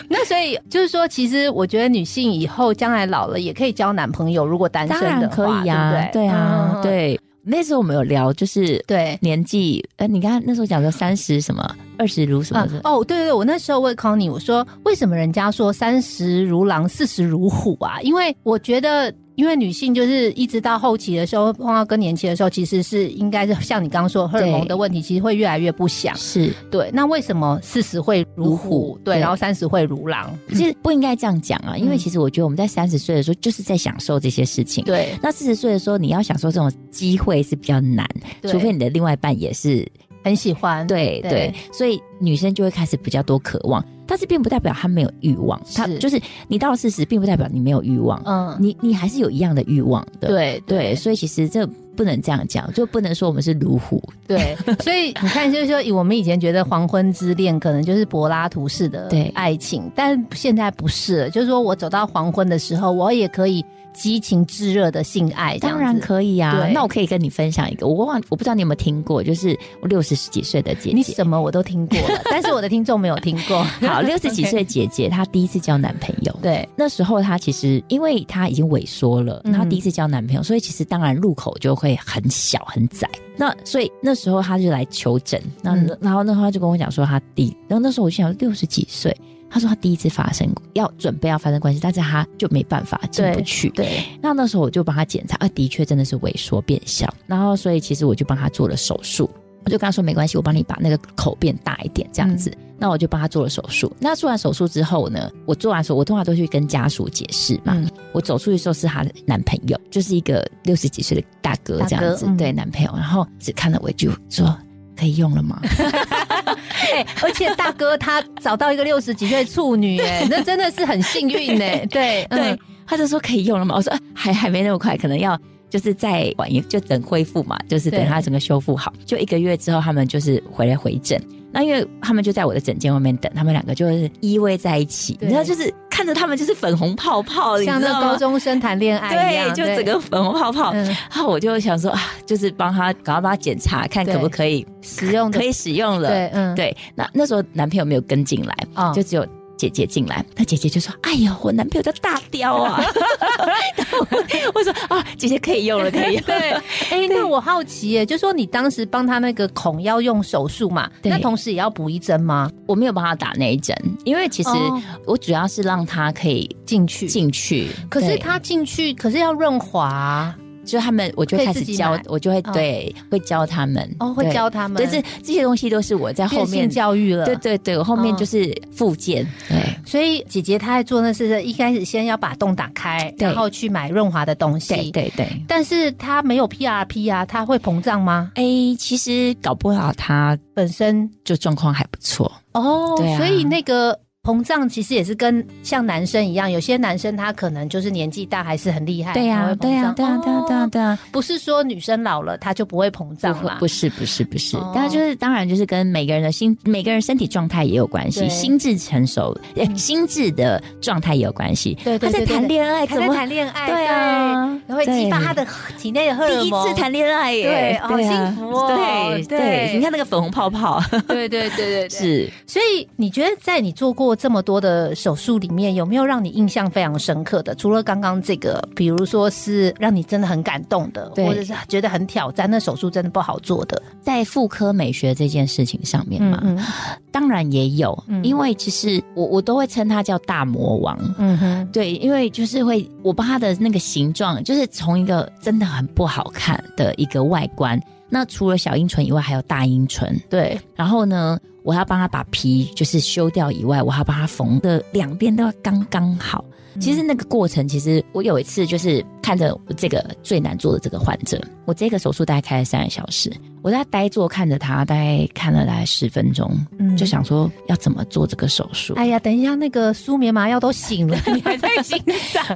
Speaker 2: 那所以就是说，其实我觉得女性以后将来老了也可以交男朋友，如果单身
Speaker 3: 当然
Speaker 2: 的
Speaker 3: 可
Speaker 2: 话，
Speaker 3: 以啊，
Speaker 2: 对不对？
Speaker 3: 啊，
Speaker 2: 嗯
Speaker 3: 对。那时候我们有聊，就是
Speaker 2: 对。
Speaker 3: 年纪，呃，你刚刚那时候讲说三十什么，二十如什么
Speaker 2: 啊
Speaker 3: 的，
Speaker 2: 哦，对对对，我那时候问康妮，我说为什么人家说三十如狼，四十如虎啊？因为我觉得因为女性就是一直到后期的时候，碰到更年期的时候，其实是应该是像你刚刚说荷尔蒙的问题，其实会越来越不响。
Speaker 3: 是，
Speaker 2: 对，那为什么四十会如
Speaker 3: 如
Speaker 2: 虎
Speaker 3: 虎，
Speaker 2: 对，
Speaker 3: 对
Speaker 2: 然后三十会如狼？
Speaker 3: 其实不应该这样讲啊，因为
Speaker 2: 嗯
Speaker 3: 其实我觉得我们在三十岁的时候就是在享受这些事情。
Speaker 2: 对，
Speaker 3: 那四十岁的时候，你要享受这种机会是比较难，
Speaker 2: 对
Speaker 3: 除非你的另外一半也是
Speaker 2: 很喜欢，
Speaker 3: 对
Speaker 2: 对
Speaker 3: 对所以女生就会开始比较多渴望，但是并不代表她没有欲望，她
Speaker 2: 是
Speaker 3: 就是你到了四十，并不代表你没有欲望，
Speaker 2: 嗯，
Speaker 3: 你你还是有一样的欲望的。
Speaker 2: 对
Speaker 3: 对，所以其实这不能这样讲，就不能说我们是如虎，
Speaker 2: 对，所以你看，就是说，以我们以前觉得黄昏之恋可能就是柏拉图式的
Speaker 3: 对
Speaker 2: 爱情，但现在不是了，就是说我走到黄昏的时候，我也可以激情炙热的性爱，这样
Speaker 3: 当
Speaker 2: 子
Speaker 3: 然可以啊
Speaker 2: 对。
Speaker 3: 那我可以跟你分享一个，我忘我不知道你有没有听过，就是我六十几岁的姐
Speaker 2: 你
Speaker 3: 姐。
Speaker 2: 什么我都听过
Speaker 3: [LAUGHS]
Speaker 2: 了，但是我的听众没有听过。
Speaker 3: 好，六十几
Speaker 2: OK，
Speaker 3: 岁姐姐她第一次交男朋友，
Speaker 2: 对，
Speaker 3: 那时候她其实因为她已经萎缩了，
Speaker 2: 嗯
Speaker 3: 然后第一次交男朋友，所以其实当然入口就会很小很窄。那所以那时候她就来求诊，那、
Speaker 2: 嗯
Speaker 3: 然后那时候她就跟我讲说她第，然后那时候我就想六十几岁，她说她第一次发生要准备要发生关系，但是她就没办法进不
Speaker 2: 对
Speaker 3: 去。
Speaker 2: 对，
Speaker 3: 那那时候我就帮他检查，啊，的确真的是萎缩变小，然后所以其实我就帮他做了手术。我就跟他说没关系，我帮你把那个口变大一点，这样子。
Speaker 2: 嗯
Speaker 3: 那我就帮他做了手术。那做完手术之后呢，我做完手，我通常都去跟家属解释嘛。
Speaker 2: 嗯
Speaker 3: 我走出去的时候是她的男朋友，就是一个六十几岁的大哥
Speaker 2: 大哥
Speaker 3: 这样子，
Speaker 2: 嗯
Speaker 3: 对男朋友。然后只看了我一句说：“可以用了吗
Speaker 2: 哎、而且大哥他找到一个六十几岁的处女、哎，那真的是很幸运呢、
Speaker 3: [LAUGHS]
Speaker 2: 对？”
Speaker 3: 对，
Speaker 2: [LAUGHS] 嗯
Speaker 3: 他就说可以用了吗？我说啊还还没那么快，可能要就是再晚一就等恢复嘛，就是等
Speaker 2: 对
Speaker 3: 他整个修复好。就一个月之后，他们就是回来回诊。那因为他们就在我的诊间外面等，他们两个就是依偎在一起，
Speaker 2: 对
Speaker 3: 你知道，就是看着他们就是粉红泡泡，哦你
Speaker 2: 像
Speaker 3: 知
Speaker 2: 那
Speaker 3: 道
Speaker 2: 高
Speaker 3: 吗？
Speaker 2: 中生谈恋爱一
Speaker 3: 对，
Speaker 2: 样，
Speaker 3: 就整个粉红泡泡。
Speaker 2: 嗯
Speaker 3: 然后我就想说啊，就是帮他赶快帮他检查，看
Speaker 2: 对
Speaker 3: 可不可以
Speaker 2: 使用的
Speaker 3: 可以使用了。
Speaker 2: 对，嗯，
Speaker 3: 对，那那时候男朋友没有跟进来，
Speaker 2: 哦
Speaker 3: 就只有姐姐进来。那姐姐就说：“哎呦，我男朋友叫大雕 [LAUGHS] 啊！”我我说：“啊，姐姐可以用了，可以 [LAUGHS] 用。”
Speaker 2: [LAUGHS] 对，哎、那我好奇耶，就说你当时帮他那个孔要用手术嘛，
Speaker 3: 对
Speaker 2: 那同时也要补一针吗？
Speaker 3: 我没有帮他打那一针，因为其实
Speaker 2: 哦
Speaker 3: 我主要是让他可以
Speaker 2: 进去，
Speaker 3: 进去。
Speaker 2: 可是
Speaker 3: 对
Speaker 2: 他进去，可是要润滑啊、
Speaker 3: 就他们，我就
Speaker 2: 可以
Speaker 3: 开
Speaker 2: 自
Speaker 3: 始
Speaker 2: 己
Speaker 3: 教
Speaker 2: 买，
Speaker 3: 我就会
Speaker 2: 哦
Speaker 3: 对嗯会教他们
Speaker 2: 哦，会
Speaker 3: 对
Speaker 2: 教他们，
Speaker 3: 对这这些东西都是我在后
Speaker 2: 变性
Speaker 3: 面。
Speaker 2: 教育了，
Speaker 3: 对对对，我后面
Speaker 2: 嗯
Speaker 3: 就是附件，对
Speaker 2: 所以姐姐她在做那事，一开始先要把洞打开，
Speaker 3: 对
Speaker 2: 然后去买润滑的东西。
Speaker 3: 对对对。
Speaker 2: 但是她没有 PRP 啊，她会膨胀吗？
Speaker 3: 哎，其实搞不好他
Speaker 2: 本身
Speaker 3: 就状况还不错，
Speaker 2: 哦，
Speaker 3: 对啊
Speaker 2: 所以那个膨胀其实也是跟像男生一样，有些男生他可能就是年纪大还是很厉害，
Speaker 3: 对呀、
Speaker 2: 才会膨
Speaker 3: 对呀、
Speaker 2: 胀
Speaker 3: 对呀、啊对呀、对呀、
Speaker 2: 哦
Speaker 3: 对呀、
Speaker 2: 不是说女生老了她就不会膨胀啦
Speaker 3: 不。是不是不是
Speaker 2: 哦，
Speaker 3: 但就是当然就是跟每个人的心、每个人身体状态也有关系
Speaker 2: 对，嗯
Speaker 3: 心智成熟、呃心智的状态也有关系。
Speaker 2: 对对对对
Speaker 3: 他在谈恋爱，
Speaker 2: 她
Speaker 3: 哎怎
Speaker 2: 在
Speaker 3: 么
Speaker 2: 谈恋爱，
Speaker 3: 对啊？
Speaker 2: 对，会激发
Speaker 3: 对
Speaker 2: 她的体内的荷尔
Speaker 3: 第一
Speaker 2: 蒙。
Speaker 3: 次谈恋爱
Speaker 2: 对
Speaker 3: 耶，
Speaker 2: 好
Speaker 3: 对啊
Speaker 2: 幸福哦
Speaker 3: 对
Speaker 2: 对
Speaker 3: 对，你看那个粉红泡泡
Speaker 2: 对对对对对。
Speaker 3: [LAUGHS] 是
Speaker 2: 所以你觉得在你做过这么多的手术里面，有没有让你印象非常深刻的？除了刚刚这个，比如说是让你真的很感动的，
Speaker 3: 对
Speaker 2: 或者是觉得很挑战，那手术真的不好做的。
Speaker 3: 在妇科美学这件事情上面嘛，
Speaker 2: 嗯
Speaker 3: 当然也有，
Speaker 2: 嗯
Speaker 3: 因为其实我我都会称它叫大魔王，
Speaker 2: 嗯哼，
Speaker 3: 对，因为就是会，我把它的那个形状，就是从一个真的很不好看的一个外观，那除了小阴唇以外，还有大阴唇。
Speaker 2: 对，
Speaker 3: 然后呢，我要帮他把皮就是修掉以外，我还要把它缝的两边都要刚刚好。其实那个过程，其实我有一次就是看着我这个最难做的这个患者，我这个手术大概开了三个小时，我在呆坐看着他，大概看了大概十分钟，
Speaker 2: 嗯
Speaker 3: 就想说要怎么做这个手术。
Speaker 2: 哎呀，等一下，那个舒眠麻药都醒了，你还在欣赏？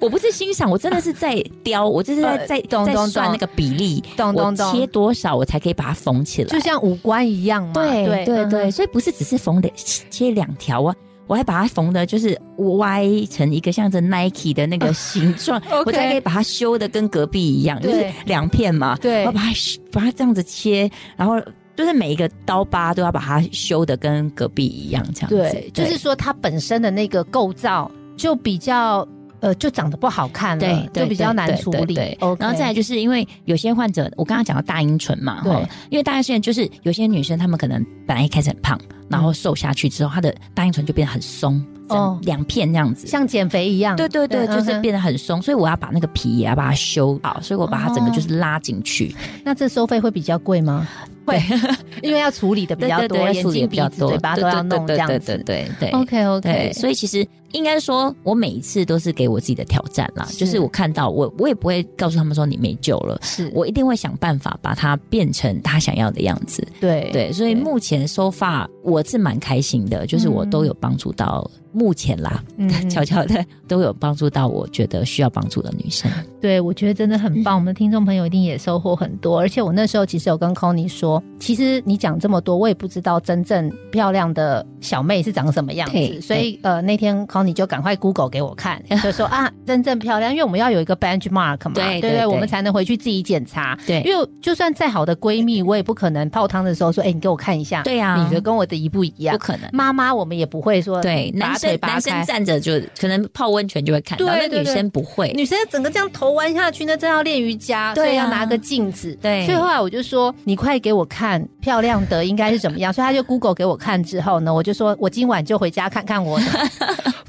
Speaker 3: 我不是欣赏，我真的是在雕，我就是在
Speaker 2: 呃
Speaker 3: 在
Speaker 2: 懂
Speaker 3: 在
Speaker 2: 懂
Speaker 3: 算
Speaker 2: 懂
Speaker 3: 那个比例，
Speaker 2: 懂懂懂
Speaker 3: 我切多少我才可以把它缝起
Speaker 2: [LAUGHS]
Speaker 3: 来。
Speaker 2: 就像五官一样嘛。
Speaker 3: 对对对
Speaker 2: 嗯
Speaker 3: 所以不是只是缝两切两条啊，我还把它缝的就是歪成一个像这 Nike 的那个形状，
Speaker 2: [LAUGHS] OK
Speaker 3: 我才可以把它修的跟隔壁一样，就
Speaker 2: 对
Speaker 3: 是两片嘛，
Speaker 2: 对
Speaker 3: 我把它把它这样子切，然后就是每一个刀疤都要把它修的跟隔壁一样，这样子。
Speaker 2: 对，就是说它本身的那个构造就比较呃，就长得不好看了，
Speaker 3: 对，对
Speaker 2: 就比较难
Speaker 3: 对
Speaker 2: 处
Speaker 3: 对
Speaker 2: 理
Speaker 3: 对。
Speaker 2: OK
Speaker 3: 然后再来就是因为有些患者，我刚刚讲到大阴唇嘛，
Speaker 2: 对
Speaker 3: 哈，因为大阴唇就是有些女生她们可能本来一开始很胖，然后瘦下去之后，她的大阴唇就变得很松，整
Speaker 2: 哦
Speaker 3: 两片这样子。
Speaker 2: 像减肥一样，
Speaker 3: 对对对，
Speaker 2: 嗯
Speaker 3: 就是
Speaker 2: 哼
Speaker 3: 变得很松，所以我要把那个皮也要把它修好，所以我把它整
Speaker 2: 哦
Speaker 3: 个就是拉进去。
Speaker 2: 那这收费会比较贵吗？
Speaker 3: 会，
Speaker 2: [LAUGHS] 因为要处理的比
Speaker 3: 对
Speaker 2: 较
Speaker 3: 对
Speaker 2: 多，
Speaker 3: 对，
Speaker 2: 眼
Speaker 3: 处理
Speaker 2: 睛、
Speaker 3: 比
Speaker 2: 鼻
Speaker 3: 较
Speaker 2: 子、
Speaker 3: 多，
Speaker 2: 嘴巴都
Speaker 3: 对
Speaker 2: 要
Speaker 3: 对
Speaker 2: 弄这
Speaker 3: 对
Speaker 2: 样
Speaker 3: 对
Speaker 2: 子。
Speaker 3: 对对对
Speaker 2: OK
Speaker 3: 对，
Speaker 2: OK，
Speaker 3: 所以其实应该说，我每一次都是给我自己的挑战啦。
Speaker 2: 是
Speaker 3: 就是我看到我，我也不会告诉他们说你没救了，
Speaker 2: 是
Speaker 3: 我一定会想办法把它变成他想要的样子。
Speaker 2: 对
Speaker 3: 对，所以目前收发我是蛮开心的，就是我都有帮助到目前啦，
Speaker 2: 嗯
Speaker 3: [LAUGHS] 悄悄的都有帮助到我觉得需要帮助的女生。
Speaker 2: 对，我觉得真的很
Speaker 3: 嗯
Speaker 2: 棒，我们的听众朋友一定也收获很多。而且我那时候其实有跟 c o n y 说，其实你讲这么多，我也不知道真正漂亮的小妹是长什么样子，
Speaker 3: 对
Speaker 2: 所以呃，那天 c o n y 就赶快 Google 给我看，就
Speaker 3: [LAUGHS]
Speaker 2: 说啊，真正漂亮，因为我们要有一个 benchmark 嘛，对
Speaker 3: 对对对
Speaker 2: 我们才能回去自己检查。
Speaker 3: 对
Speaker 2: 因为就算再好的闺蜜，我也不可能泡汤的时候说，哎、你给我看一下，
Speaker 3: 对呀、
Speaker 2: 你的跟我的一不一样
Speaker 3: 不。可能。
Speaker 2: 妈妈，我们也不会说
Speaker 3: 对，
Speaker 2: 把
Speaker 3: 男
Speaker 2: 腿
Speaker 3: 生
Speaker 2: 扒开
Speaker 3: 男生。站着就可能泡温泉就会看到，
Speaker 2: 对
Speaker 3: 那
Speaker 2: 对
Speaker 3: 女
Speaker 2: 对
Speaker 3: 生不会。
Speaker 2: 女生整个这样头弯下去，那真要练瑜伽，
Speaker 3: 对啊
Speaker 2: 所以要拿个镜子。
Speaker 3: 对
Speaker 2: 所以后来我就说，你快给我看漂亮的应该是怎么样。所以他就 Google 给我看之后呢，我就说我今晚就回家看看 [LAUGHS] 我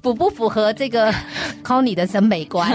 Speaker 2: 符不符合这个 c o n y 的审美观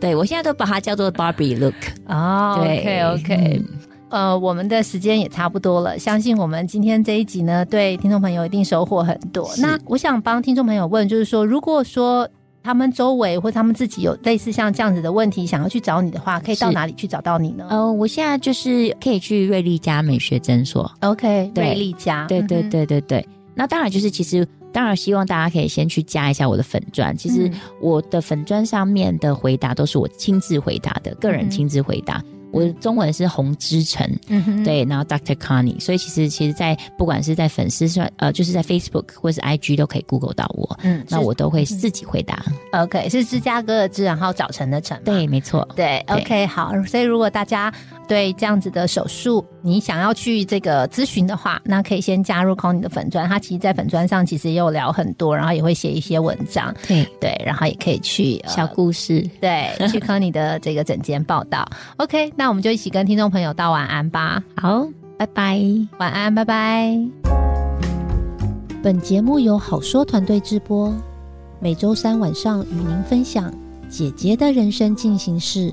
Speaker 3: 对我现在都把它叫做 Barbie look。
Speaker 2: [LAUGHS] 哦
Speaker 3: 对嗯
Speaker 2: OK OK，、呃，我们的时间也差不多了，相信我们今天这一集呢，对听众朋友一定收获很多。
Speaker 3: 是
Speaker 2: 那我想帮听众朋友问，就是说，如果说他们周围或他们自己有类似像这样子的问题，想要去找你的话，可以到
Speaker 3: 是
Speaker 2: 哪里去找到你呢、
Speaker 3: 呃，我现在就是可以去瑞丽家美学诊所。
Speaker 2: o k
Speaker 3: 对
Speaker 2: 呃瑞丽家，
Speaker 3: 对对
Speaker 2: 嗯哼，
Speaker 3: 对对对。那当然就是，其实当然希望大家可以先去加一下我的粉钻。其实
Speaker 2: 嗯
Speaker 3: 我的粉钻上面的回答都是我亲自回答的，个
Speaker 2: 嗯哼
Speaker 3: 人亲自回答。我的中文是洪之成，
Speaker 2: 嗯哼，
Speaker 3: 对，然后 Dr. Connie，所以其实其实在，不管是在粉丝上，呃，就是在 Facebook 或是 IG 都可以 Google 到我，
Speaker 2: 嗯，
Speaker 3: 那
Speaker 2: 是
Speaker 3: 我都会自己回答。
Speaker 2: OK 是芝加哥的芝，然后早晨的晨嘛，
Speaker 3: 对，没错，
Speaker 2: 对
Speaker 3: 对
Speaker 2: o k 好。所以如果大家对这样子的手术，你想要去这个咨询的话，那可以先加入 c o n y 的粉砖，他其实，在粉砖上其实也有聊很多，然后也会写一些文章，
Speaker 3: 对，
Speaker 2: 对，呃然后也可以去、呃
Speaker 3: 小故事，
Speaker 2: 对去 c o n y 的这个整间报道。OK，那我们就一起跟听众朋友道晚安吧，
Speaker 3: 好，拜拜。
Speaker 2: 晚安，拜拜。
Speaker 1: 本节目由好说团队制播，每周三晚上与您分享姐姐的人生进行式。